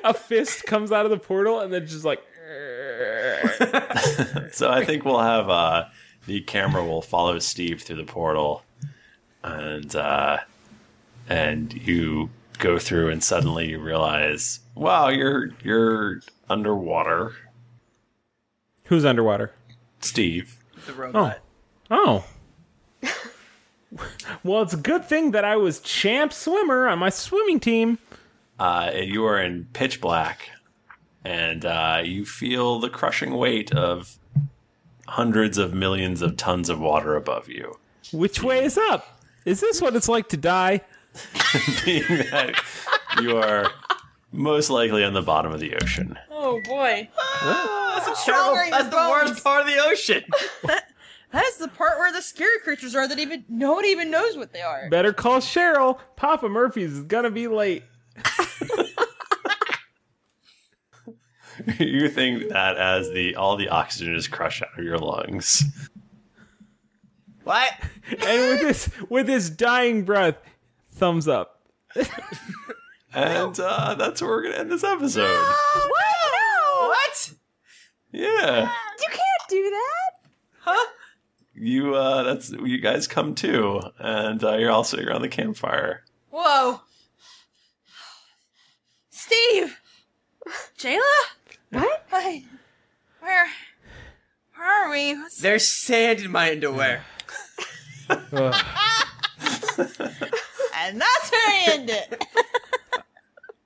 a fist comes out of the portal and then just like so i think we'll have uh the camera will follow steve through the portal and uh and you go through and suddenly you realize wow you're you're underwater who's underwater steve the oh oh well it's a good thing that i was champ swimmer on my swimming team uh you are in pitch black and uh you feel the crushing weight of hundreds of millions of tons of water above you which way is up is this what it's like to die being that you are most likely on the bottom of the ocean. Oh boy. that's Ah, Stronger in your That's the worst part of the ocean. That is the part where the scary creatures are that even nobody even knows what they are. better call cheryl papa murphy's is gonna be late you think that as the all the oxygen is crushed out of your lungs. What? and with this with his dying breath thumbs up And uh, that's where we're gonna end this episode. What? Yeah. You can't do that. You uh that's you guys come too. And uh, you're also you're on the campfire. Whoa. Steve. Jayla. What? Wait, where? Where are we? What's- There's sand in my underwear. And that's where I end it.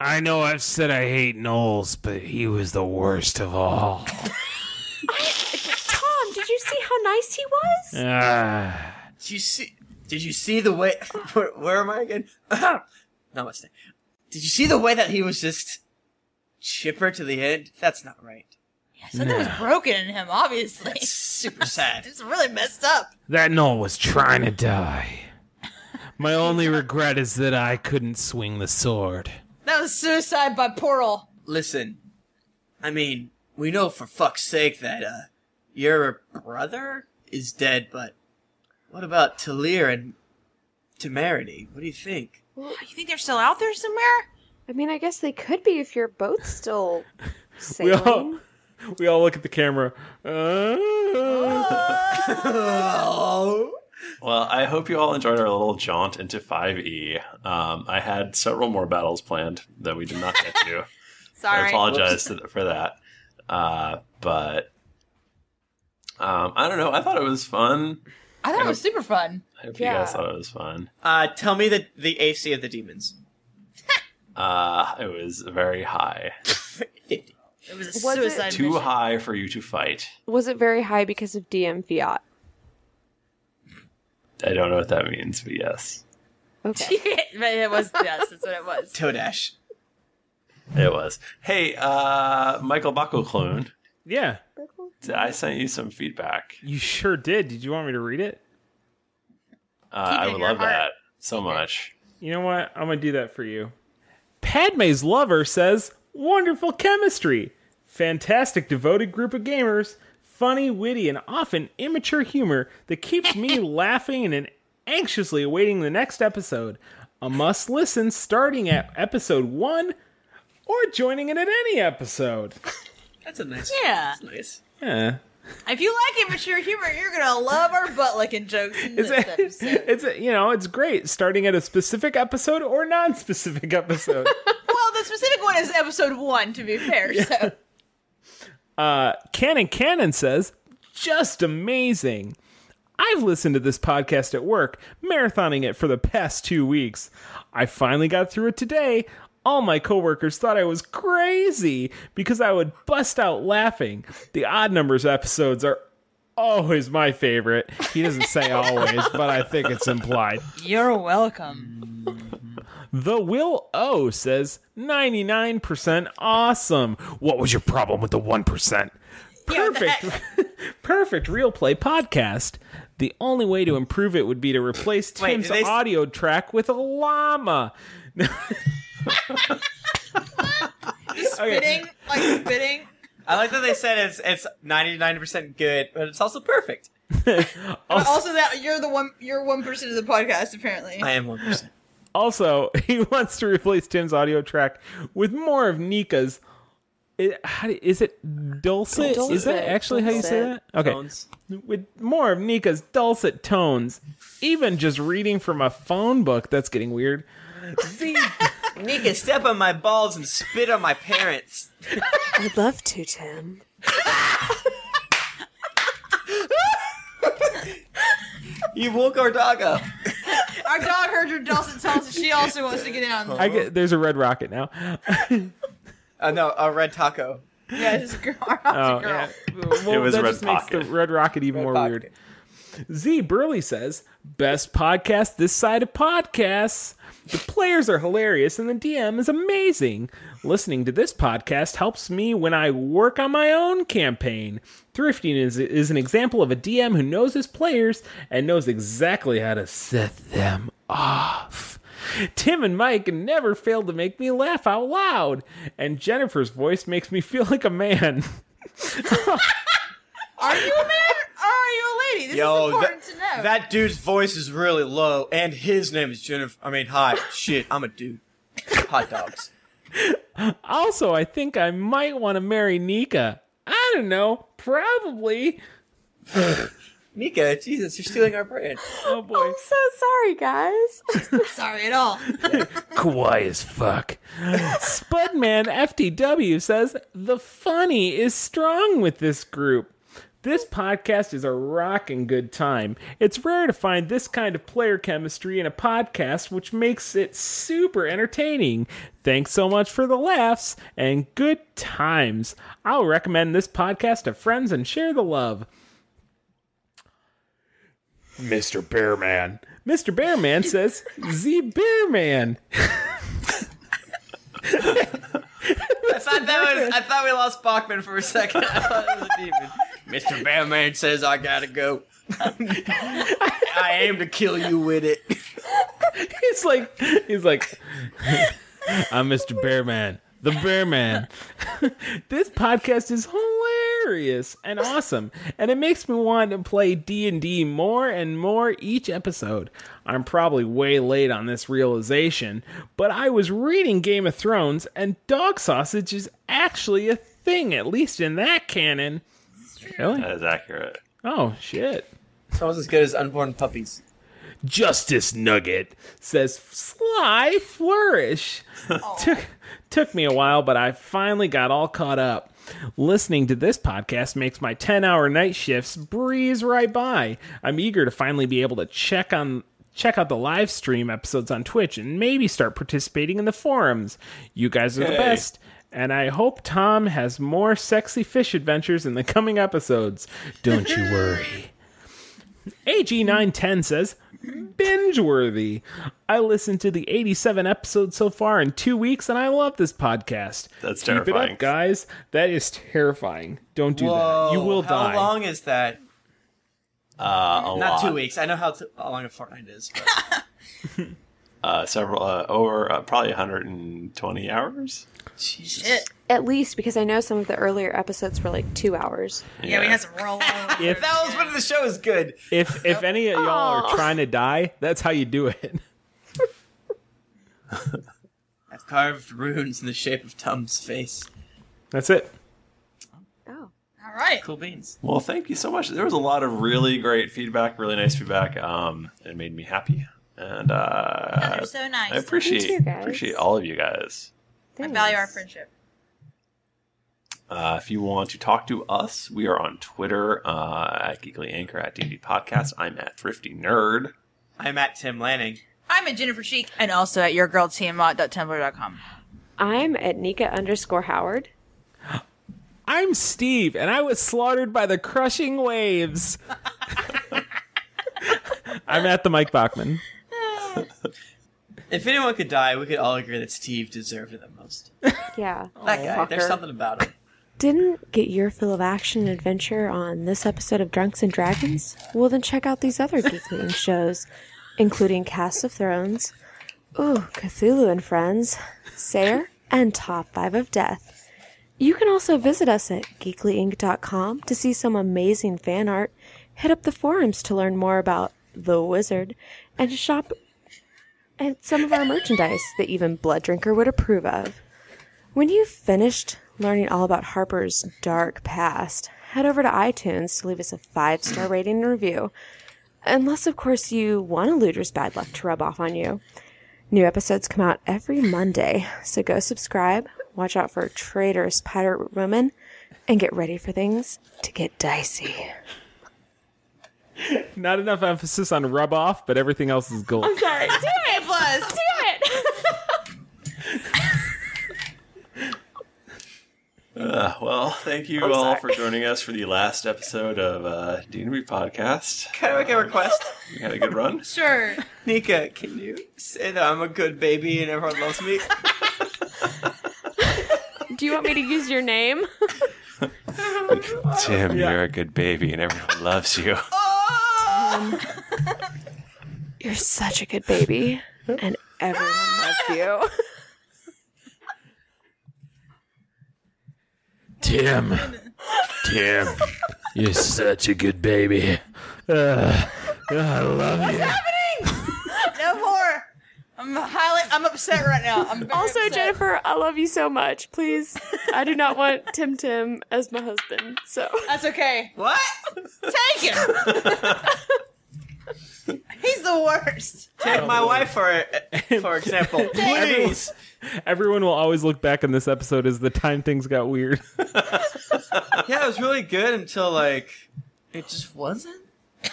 I know I've said I hate Knowles, but he was the worst of all. Tom, did you see how nice he was? Ah. Did you see? Did you see the way? Where, where am I again? Namaste. Did you see the way that he was just chipper to the end? That's not right. Something was broken in him, obviously. super sad. it's really messed up. That Knoll was trying to die. My only regret is that I couldn't swing the sword. That was suicide by Portal. Listen, I mean, we know for fuck's sake that uh, your brother is dead, but what about Talir and Temerity? What do you think? you think they're still out there somewhere? I mean, I guess they could be if your boat's still We sailing. all we all look at the camera. Uh, Well, I hope you all enjoyed our little jaunt into 5e. Um, I had several more battles planned that we did not get to. Sorry. I apologize to, for that. Uh, but um, I don't know. I thought it was fun. I thought it was super fun. I hope you guys thought it was fun. Uh, tell me the the AC of the demons. Uh, it was very high. It was a Was it- suicide Too mission. high for you to fight. Was it very high because of DM Fiat? I don't know what that means, but yes, Okay. it was yes, that's what it was. Toadash. it was. Hey, uh, Michael Bacoclone, yeah, I sent you some feedback. you sure did. Did you want me to read it? Uh, Keep it I in would your love heart. that so much. You know what? I'm gonna do that for you. Padme's lover says, "Wonderful chemistry, fantastic devoted group of gamers, funny, witty, and often immature humor that keeps me laughing and anxiously awaiting the next episode. A must listen starting at episode one, or joining it at any episode." That's a nice. Yeah. That's nice. Yeah. If you like immature humor, you're gonna love our butt licking jokes in Is this it- episode. It's you know it's great starting at a specific episode or non-specific episode. Well, the specific one is episode one, to be fair. So Uh, Canon Cannon says, just amazing. I've listened to this podcast at work, marathoning it for the past two weeks. I finally got through it today. All my coworkers thought I was crazy because I would bust out laughing. The odd numbers episodes are always my favorite. He doesn't say always, but I think it's implied. you're welcome. The Will O says 99% awesome. What was your problem with the 1%? Perfect. Perfect real play podcast. The only way to improve it would be to replace Wait, Tim's did they s- audio track with a llama. Just spitting, like spitting. I like that they said it's it's ninety nine percent good, but it's also perfect. Also, that you're the one you're one person of the podcast, apparently. am 1%. Also, he wants to replace Tim's audio track with more of Nika's. It, how do- is it dulcet? Is that Dulcet. actually how you say Dulcet. that? Okay. Tones. With more of Nika's dulcet tones, even just reading from a phone book, that's getting weird. Nika, step on my balls and spit on my parents. I'd love to, Tim. You woke our dog up. Our dog heard your dulcet tones, and she also wants to get in on Uh-huh. this. I get, there's a red rocket now. Uh, no, a red taco. Yeah, it's a girl. Our dog's a girl. Well, that just makes the Red Rocket even more weird. Z Burley says, "Best podcast this side of podcasts. The players are hilarious and the DM is amazing. Listening to this podcast helps me when I work on my own campaign. Thrifting is is an example of a DM who knows his players and knows exactly how to set them off." Tim and Mike never fail to make me laugh out loud, and Jennifer's voice makes me feel like a man. Are you a man or are you a lady? This Yo, is that, important to know. that dude's voice is really low, and his name is Jennifer. I mean, hi, shit, I'm a dude. Hot dogs. Also, I think I might want to marry Nika. I don't know. Probably. Nika, Jesus, you're stealing our brand. Oh boy. I'm so sorry, guys. Not sorry at all. Kawaii as fuck. Spudman FTW says the funny is strong with this group. This podcast is a rocking good time. It's rare to find this kind of player chemistry in a podcast, which makes it super entertaining. Thanks so much for the laughs and good times. I'll recommend this podcast to friends and share the love. Mr. Bearman. Mr. Bearman says, Z Bearman. I thought that was. I thought we lost Bachman for a second. I thought it was a demon. Mr. Batman says I gotta go. I aim to kill you with it. He's like, he's like, I'm Mr. Bearman. The Bearman. this podcast is hilarious and awesome and it makes me want to play d&d more and more each episode i'm probably way late on this realization but i was reading game of thrones and dog sausage is actually a thing at least in that canon really That is accurate. oh shit sounds as good as unborn puppies justice nugget says sly flourish took took me a while but i finally got all caught up listening to this podcast makes my 10 hour night shifts breeze right by i'm eager to finally be able to check on check out the live stream episodes on twitch and maybe start participating in the forums you guys are the Yay. best and I hope Tom has more sexy fish adventures in the coming episodes. Don't you worry. AG910 says, binge worthy. I listened to the 87 episodes so far in two weeks, and I love this podcast. That's Keep it terrifying. up, guys. That is terrifying. Don't do that. You will how die. long is that? Uh, a Not two lot. weeks. I know how, t- how long a fortnight is. But Uh, several, uh, over uh, probably 120 hours. Shit. At least because I know some of the earlier episodes were like two hours. Yeah, we had some roll over. If- that Oh. was when the show is good. If if any of y'all Aw. are trying to die, that's how you do it. I've carved runes in the shape of Tom's face. That's it. Oh. All right. Cool beans. Well, thank you so much. There was a lot of really great feedback, really nice feedback. Um, it made me happy, and uh, They're so nice. I appreciate Me too, guys. appreciate all of you guys. I value our friendship. Uh, if you want to talk to us, we are on Twitter uh, at Geekly Anchor at DD Podcast. I'm at Thrifty Nerd. I'm at Tim Lanning. I'm at Jennifer Sheik and also at yourgirltmot.tumblr.com. I'm at Nika underscore Howard. I'm Steve, and I was slaughtered by the crushing waves. I'm at the Mike Bachman. If anyone could die, we could all agree that Steve deserved it the most. Yeah. That guy. There's fucker. something about him. Didn't get your fill of action and adventure on this episode of Drunks and Dragons? Well, then check out these other Geekling shows, including Cast of Thrones, Ooh, Cthulhu and Friends, Sayre, and Top 5 of Death. You can also visit us at geeklyinc.com to see some amazing fan art, hit up the forums to learn more about The Wizard, and to shop and some of our merchandise that even Blood Drinker would approve of. When you've finished learning all about Harper's dark past, head over to iTunes to leave us a five star rating and review. Unless, of course, you want a looter's bad luck to rub off on you. New episodes come out every Monday, so go subscribe, watch out for traitorous pirate women, and get ready for things to get dicey. Not enough emphasis on rub off, but everything else is gold. sorry. Damn it, plus. Damn it. Uh, well, thank you all for joining us for the last episode of uh, D&D Podcast. Can I make a request? We had a good run. Sure. Nika, can you say that I'm a good baby and everyone loves me? Do you want me to use your name? Tim, you're a good baby, and everyone loves you. Oh. Um, You're such a good baby, and everyone loves you. Tim. Tim. You're such a good baby. Uh, I love What's you. happening? no more. I'm highly. I'm upset right now. I'm very also, upset. Jennifer, I love you so much. Please, I do not want Tim Tim as my husband. So That's okay. What? Take him. He's the worst. Take my wife for for example. Everyone, Please. everyone will always look back on this episode as the time things got weird. yeah, it was really good until like It just wasn't?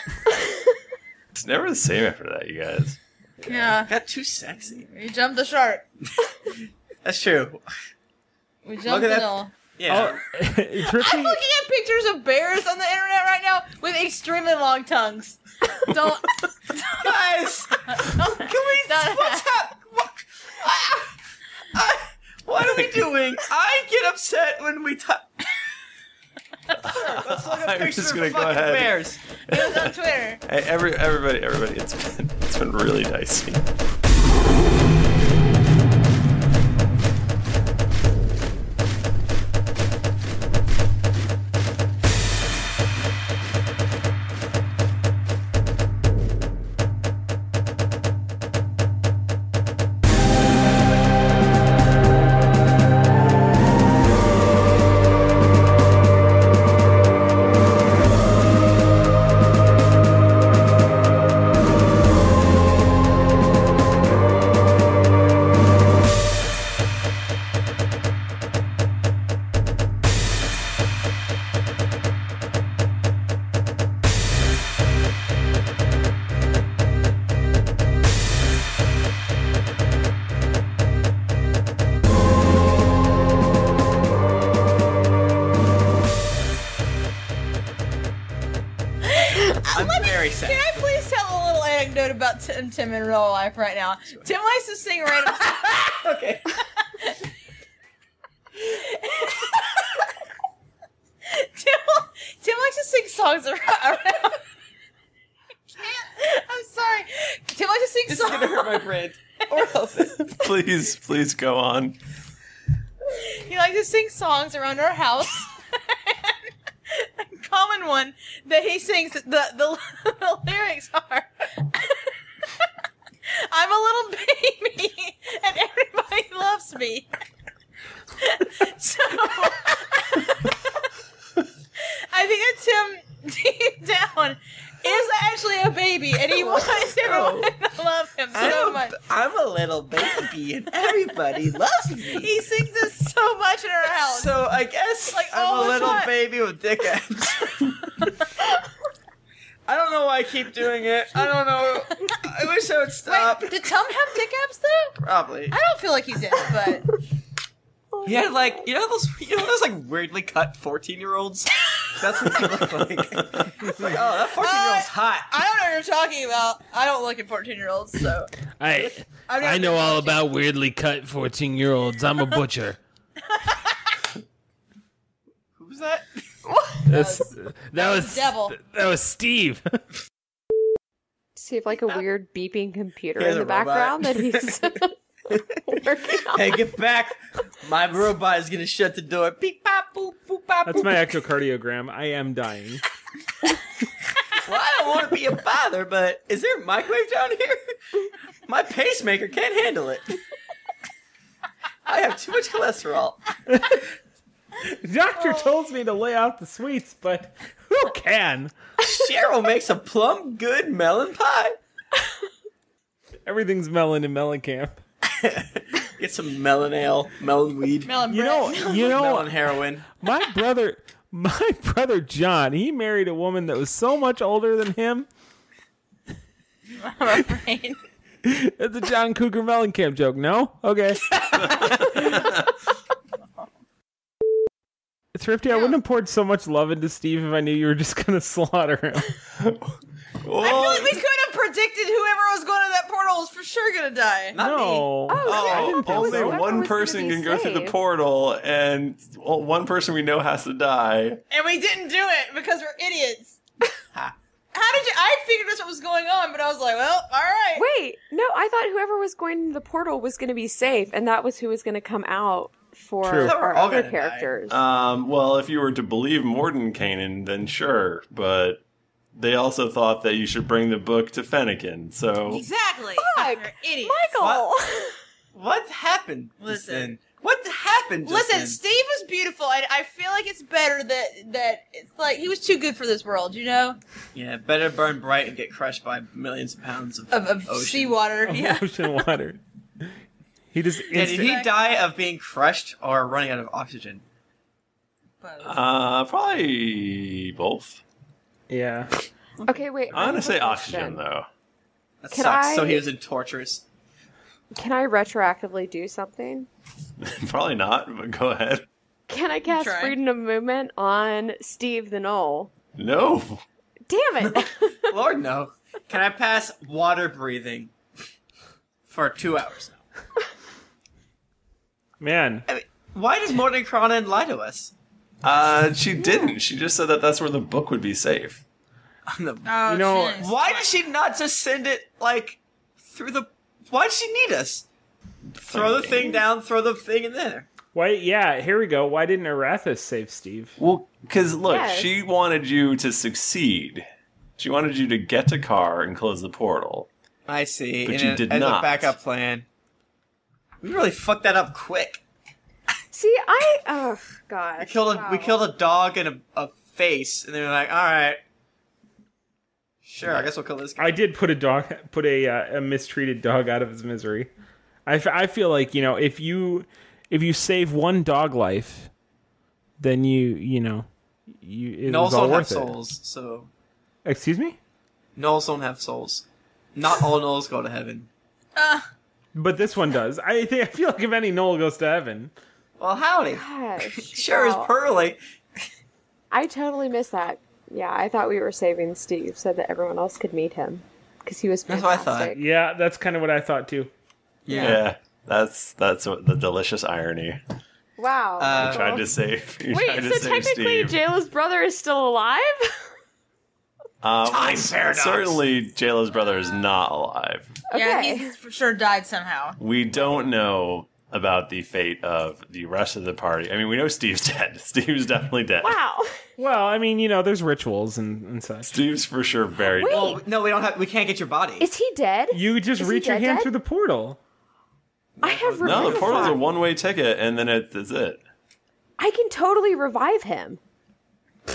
It's never the same after that, you guys. Yeah. Got too sexy. We jumped the shark. That's true. We Look jumped at it that- all. Yeah. I'm looking at pictures of bears on the internet right now with extremely long tongues. Don't, guys. um, Can we? What's up? What are we doing? I get upset when we talk. Let's look at I'm pictures just gonna of go fucking ahead. bears. It was on Twitter. Hey, every everybody, everybody, it's been it's been really dicey. I'm very sad. Can I please tell a little anecdote about Tim, Tim in real life right now? Tim likes to sing random. okay. Tim, Tim likes to sing songs around. around. Can't- I'm sorry. Tim likes to sing This is songs. gonna hurt my brain. please, please go on. He likes to sing songs around our house. a common one that he sings, the, the, the lyrics are I'm a little baby and everybody loves me. so I think that Tim deep down is actually a baby and he wants everyone to love him so I'm, much. a, I'm a little baby, and everybody loves me. He sings this so much in our house. So I guess like all I'm a the little time. baby with dick abs. I don't know why I keep doing it. I don't know. I wish I would stop. Wait, did Tom have dick abs though? Probably. I don't feel like he did, but He had like you know those you know those like weirdly cut fourteen year olds. That's what he looked like. It's like, oh, that fourteen year old's hot. Uh, I don't know what you're talking about. I don't look at 14 year olds, so Oh, I I'm not I know all about weirdly cut 14 year olds. I'm a butcher. Who was that? That's, that was devil. That was Steve. See if like a weird beeping computer Here's in the a robot. background that he's working on. Hey, get back! My robot is gonna shut the door. Beep pop boop boop pop. That's my echocardiogram. I am dying. Well, I don't want to be a bother, but is there a microwave down here? My pacemaker can't handle it. I have too much cholesterol. Doctor told me to lay out the sweets, but who can? Cheryl makes a plum good melon pie. Everything's melon in melon camp. Get some melon ale, melon weed, melon You know, you know, melon heroin. my brother, my brother John, he married a woman that was so much older than him. I'm afraid. That's a John Cougar Mellencamp joke. No, okay. Thrifty, I wouldn't have poured so much love into Steve if I knew you were just gonna slaughter him. I feel like we could have predicted whoever was going to that portal was for sure going to die. Oh, no, Oh, Oh, I didn't think Only so. one person can go through the portal, and well, one person we know has to die. And we didn't do it because we're idiots. How did you? I figured that's what was going on, but I was like, well, all right. Wait, no, I thought whoever was going to the portal was going to be safe, and that was who was going to come out for True. I thought we were our all other gonna die. characters. Um, well, if you were to believe Morden Kanan, then sure, but they also thought that you should bring the book to Fennekin. So Exactly. You're idiots. Michael. What happened? Listen, what happened? Listen, Justin? Steve was beautiful, and I feel like it's better that that it's like he was too good for this world, you know, Yeah, better burn bright and get crushed by millions of pounds of, of, of ocean. seawater. Yeah. Ocean water. He just Yeah, did he Instant. die of being crushed or running out of oxygen? uh, probably both. Yeah. Okay, wait. I'm gonna say have a oxygen question. though. That Can sucks. So I- he was in tortures. Can I retroactively do something? Probably not, but go ahead. Can I cast freedom of movement on Steve the Knoll? No. Damn it! Lord, no. Can I pass water breathing for two hours? Man. Why did Morning Cronin lie to us? Uh, she didn't. She just said that that's where the book would be safe. you know, why did she not just send it like through the? Why did she need us? Throw the thing down. Throw the thing in there. Why? Yeah. Here we go. Why didn't Arathis save Steve? Well, because look, Yes. she wanted you to succeed. She wanted you to get to Car and close the portal. I see. But and you a- did as not. a backup plan. We really fucked that up quick. See, I oh god. We killed a, we killed a dog and a, a face, and they were like, "All right, sure, I guess we'll kill this guy." I did put a dog, put a uh, a mistreated dog out of his misery. I, f- I feel like you know if you if you save one dog life, then you you know you it Gnolls was all don't have worth it. souls, so Excuse me, gnolls don't have souls. Not all gnolls go to heaven. Uh. but this one does. I think I feel like if any Noel goes to heaven, Well, howdy. sure is pearly. I totally missed that. Yeah, I thought we were saving Steve so that everyone else could meet him because he was fantastic. Yeah, that's kind of what I thought too. Yeah, that's that's what the delicious irony. Wow. you tried to save. You tried Oh. Wait, to so save technically Steve. Jayla's brother is still alive? Um, Triceratops. certainly, Jayla's brother is not alive. Yeah, he's for sure died somehow. We don't know about the fate of the rest of the party. I mean, we know Steve's dead. Steve's definitely dead. Wow. Well, I mean, you know, there's rituals and, and such. Steve's for sure buried. Well, no, we don't have. We can't get your body. Is he dead? You just Is he reach your dead, hand dead? through the portal. I have No, revive the portal's a him. one-way ticket, and then it, that's it. I can totally revive him.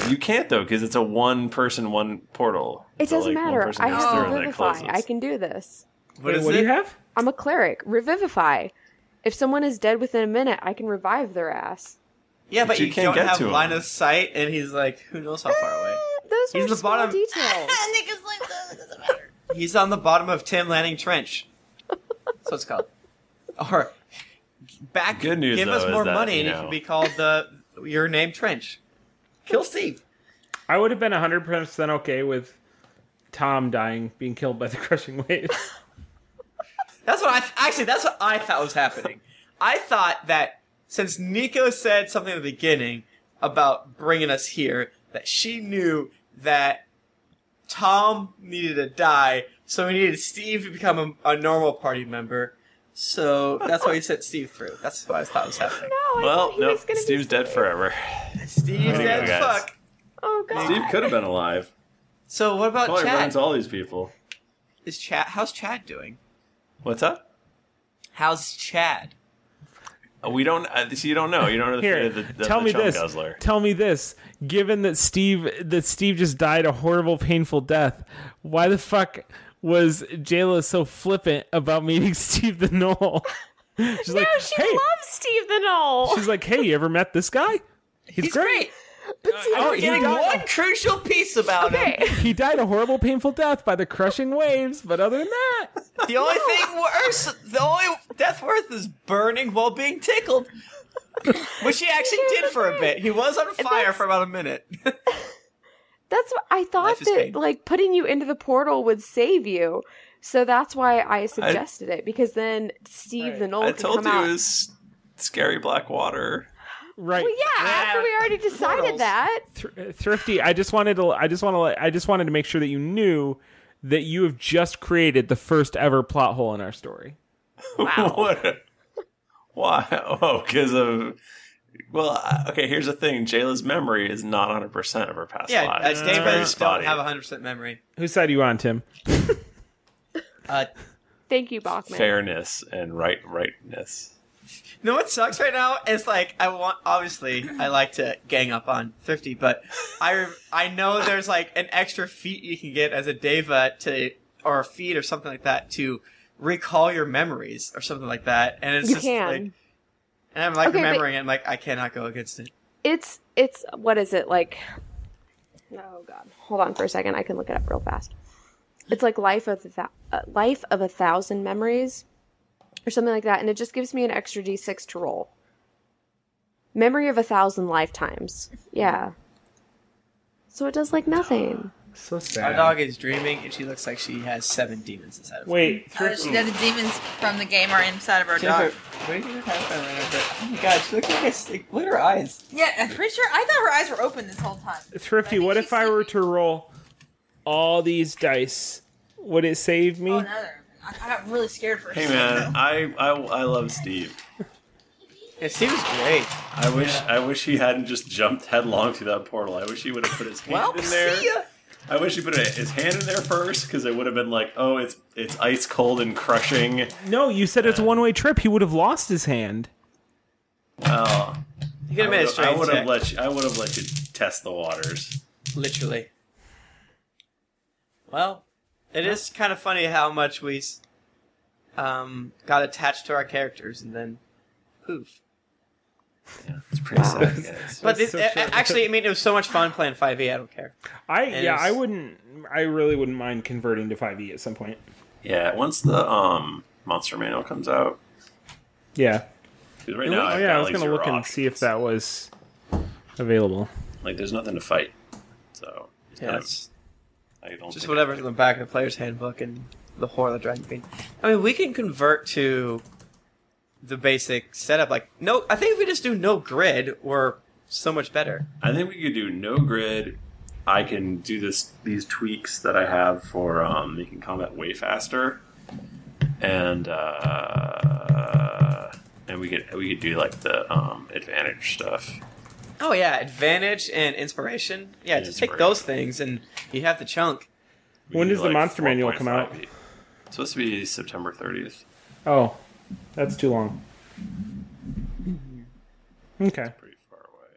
You can't though, because it's a one-person, one portal. It So, doesn't like, one matter. person I goes have through and then it revivify. closes. I can do this. What Wait, is what do it? you have? I'm a cleric. Revivify. If someone is dead within a minute, I can revive their ass. Yeah, but, But you you, can't don't get have to him. line of sight, and he's like, who knows how far away. Those he's the bottom. details. Niggas like that. doesn't matter. He's on the bottom of Tim Lanning Trench. That's what it's called. Or back. Good news, Give us though, is more that, money, you and it know- can be called the your name Trench. Kill Steve. I would have been 100% okay with Tom dying, being killed by the crushing waves. That's what I actually. That's what I thought was happening. I thought that since Nico said something at the beginning about bringing us here, that she knew that Tom needed to die, so we needed Steve to become a, a normal party member. So that's why he sent Steve through. That's what I thought was happening. Oh, well, no, Steve's dead forever. Steve's Way to go, dead. guys. Fuck. Oh god. Steve could have been alive. So what about Probably Chad? runs all these people. Is Chad? How's Chad doing? What's up? How's Chad? Uh, We don't. Uh, so you don't know. You don't know the fate Here, of the, of tell the me chum this. guzzler. Tell me this. Given that Steve that Steve just died a horrible, painful death, why the fuck was Jayla so flippant about meeting Steve the Knoll? She's no, like, she hey. loves Steve the Knoll. She's like, hey, you ever met this guy? He's, great. But see, I'm forgetting one crucial piece about him. He died a horrible, painful death by the crushing waves, but other than that, The only thing worse, the only death worth is burning while being tickled, which he actually did for a bit. He was on fire for about a minute. That's what I thought is that pain. like putting you into the portal would save you. So that's why I suggested it because then Steve the Knoll I could told come you out. it was scary black water. right? Well, yeah, after we already decided that. Thrifty, I just wanted to I just want to let- I just wanted to make sure that you knew that you have just created the first ever plot hole in our story. what? Why? Oh, because of. Well, I- okay. Here's the thing: Jayla's memory is not 100 percent of her past Yeah, lives. uh, It's David very don't spotty. have 100% memory. Whose side are you on, Tim? Uh, Thank you, Bachman. Fairness and right, rightness. You know what sucks right now is like I want. Obviously, I like to gang up on Thrifty, but I I know there's like an extra feat you can get as a Deva to or a feat or something like that to recall your memories or something like that, and it's You just can. like and I'm like Okay, but- remembering it. I'm like I cannot go against it. It's it's what is it like? Oh god. Hold on for a second. I can look it up real fast. It's like life of a thou- uh, life of a thousand memories, or something like that, and it just gives me an extra d6 to roll. Memory of a thousand lifetimes. Yeah. So it does like nothing. So Our dog is dreaming, and she looks like she has seven demons inside of her. Wait, Oh, she- the demons from the game are inside of our dog. Wait, you have her right over. Oh my god, she looks like a snake. Look at her eyes. Yeah, I'm pretty sure. I thought her eyes were open this whole time. Thrifty, what if I were to roll all these dice? Would it save me? Oh, no, they're open. I, I got really scared for a Hey second. man, I, I I love Steve. It seems great. I wish I wish he hadn't just jumped headlong through that portal. I wish he would have put his hand Well, in there. see ya. I wish he put his hand in there first because it would have been like, oh, it's it's ice cold and crushing. No, you said uh, it's a one way trip. He would have lost his hand. Well, You could have I made a would've- I strength would have check. let you, I would have let you test the waters. Literally. Well, it is kind of funny how much we s- um, got attached to our characters and then poof. It's pretty sad, But it, a- a- actually, I mean, it was so much fun playing 5e, I don't care. I And yeah, it's- I wouldn't. I really wouldn't mind converting to five E at some point. Yeah, once the um Monster Manual comes out, Yeah. 'Cause right Oh, now, I've yeah, got, I was like, gonna zero look and see if that was available. like there's nothing to fight. So it's Yeah, kind of- it's- I don't Just think- whatever's in the back of the player's handbook and the horror of the dragon queen. I mean, we can convert to the basic setup. Like, no, I think if we just do no grid, we're so much better. I think we could do no grid. I can do this these tweaks that I have for um, making combat way faster, and uh, and we could we could do like the um, advantage stuff. Oh yeah, advantage and inspiration. Yeah, just take those things and you have the chunk. when does like, the monster manual come out? It's supposed to be September thirtieth. Oh, that's too long. Okay. pretty far away.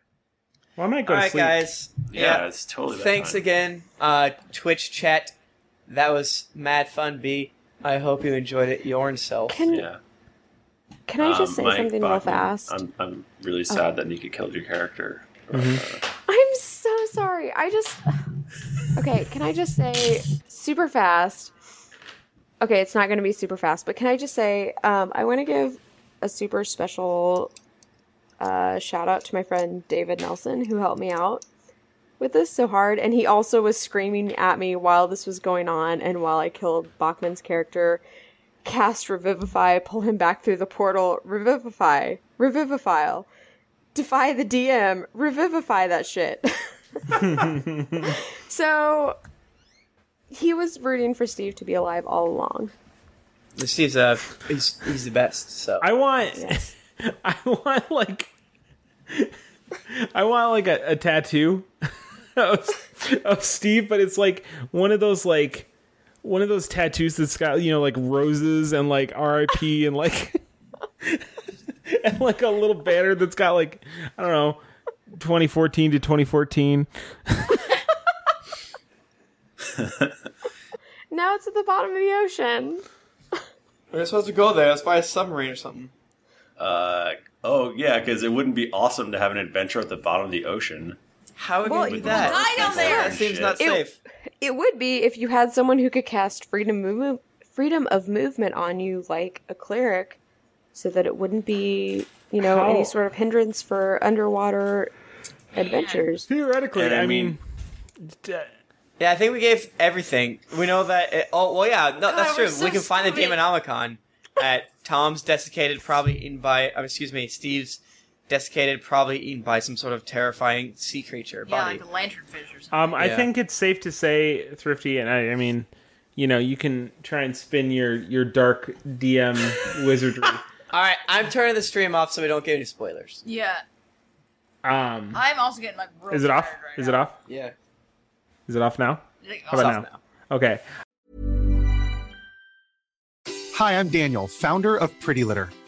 Well, I might go All to right, sleep. guys. Yeah, it's totally that Thanks time. again, uh, Twitch chat. That was mad fun, B. I hope you enjoyed it yourself. Can- yeah. Can I just say something real fast? Um, Oh. I'm I'm really sad that Nika killed your character. Mm-hmm. I'm so sorry. I just. Okay, can I just say super fast? Okay, it's not going to be super fast, but can I just say um, I want to give a super special uh, shout out to my friend David Nelson who helped me out with this so hard, and he also was screaming at me while this was going on and while I killed Bachman's character. Cast revivify, pull him back through the portal, revivify, revivifile, defy the DM, revivify that shit. So he was rooting for Steve to be alive all along. Steve's uh, he's he's the best. So I want, I want like, I want like a, a tattoo of, of Steve, but it's like one of those like one of those tattoos that's got you know like roses and like RIP and like Uh, and like a little banner that's got like I don't know 2014 to 2014. Now it's at the bottom of the ocean. We're supposed to go there. Let's buy a submarine or something. Uh, oh yeah, because it wouldn't be awesome to have an adventure at the bottom of the ocean. How would Well, you do you that? die down there. That seems not It- safe. It would be if you had someone who could cast freedom move- freedom of movement on you like a cleric so that it wouldn't be, you know, How- any sort of hindrance for underwater adventures. Theoretically, And I I mean, Yeah, I think we gave everything. We know that. It, oh, well, yeah, no, God, that's we're true. so we can find the stupid. Demonomicon at Tom's desiccated, probably eaten by. Oh, excuse me, Steve's desiccated, probably eaten by some sort of terrifying sea creature Yeah, body. like a lanternfish or something. Um, I Yeah. think it's safe to say, Thrifty, and I, I mean, you know, you can try and spin your your dark DM wizardry. All right, I'm turning the stream off so we don't get any spoilers. Yeah, Um, I'm also getting like. Real is it off? tired right Is now. it off? Yeah. Is it off now? It's How about off now? Okay. Hi, I'm Daniel, founder of Pretty Litter.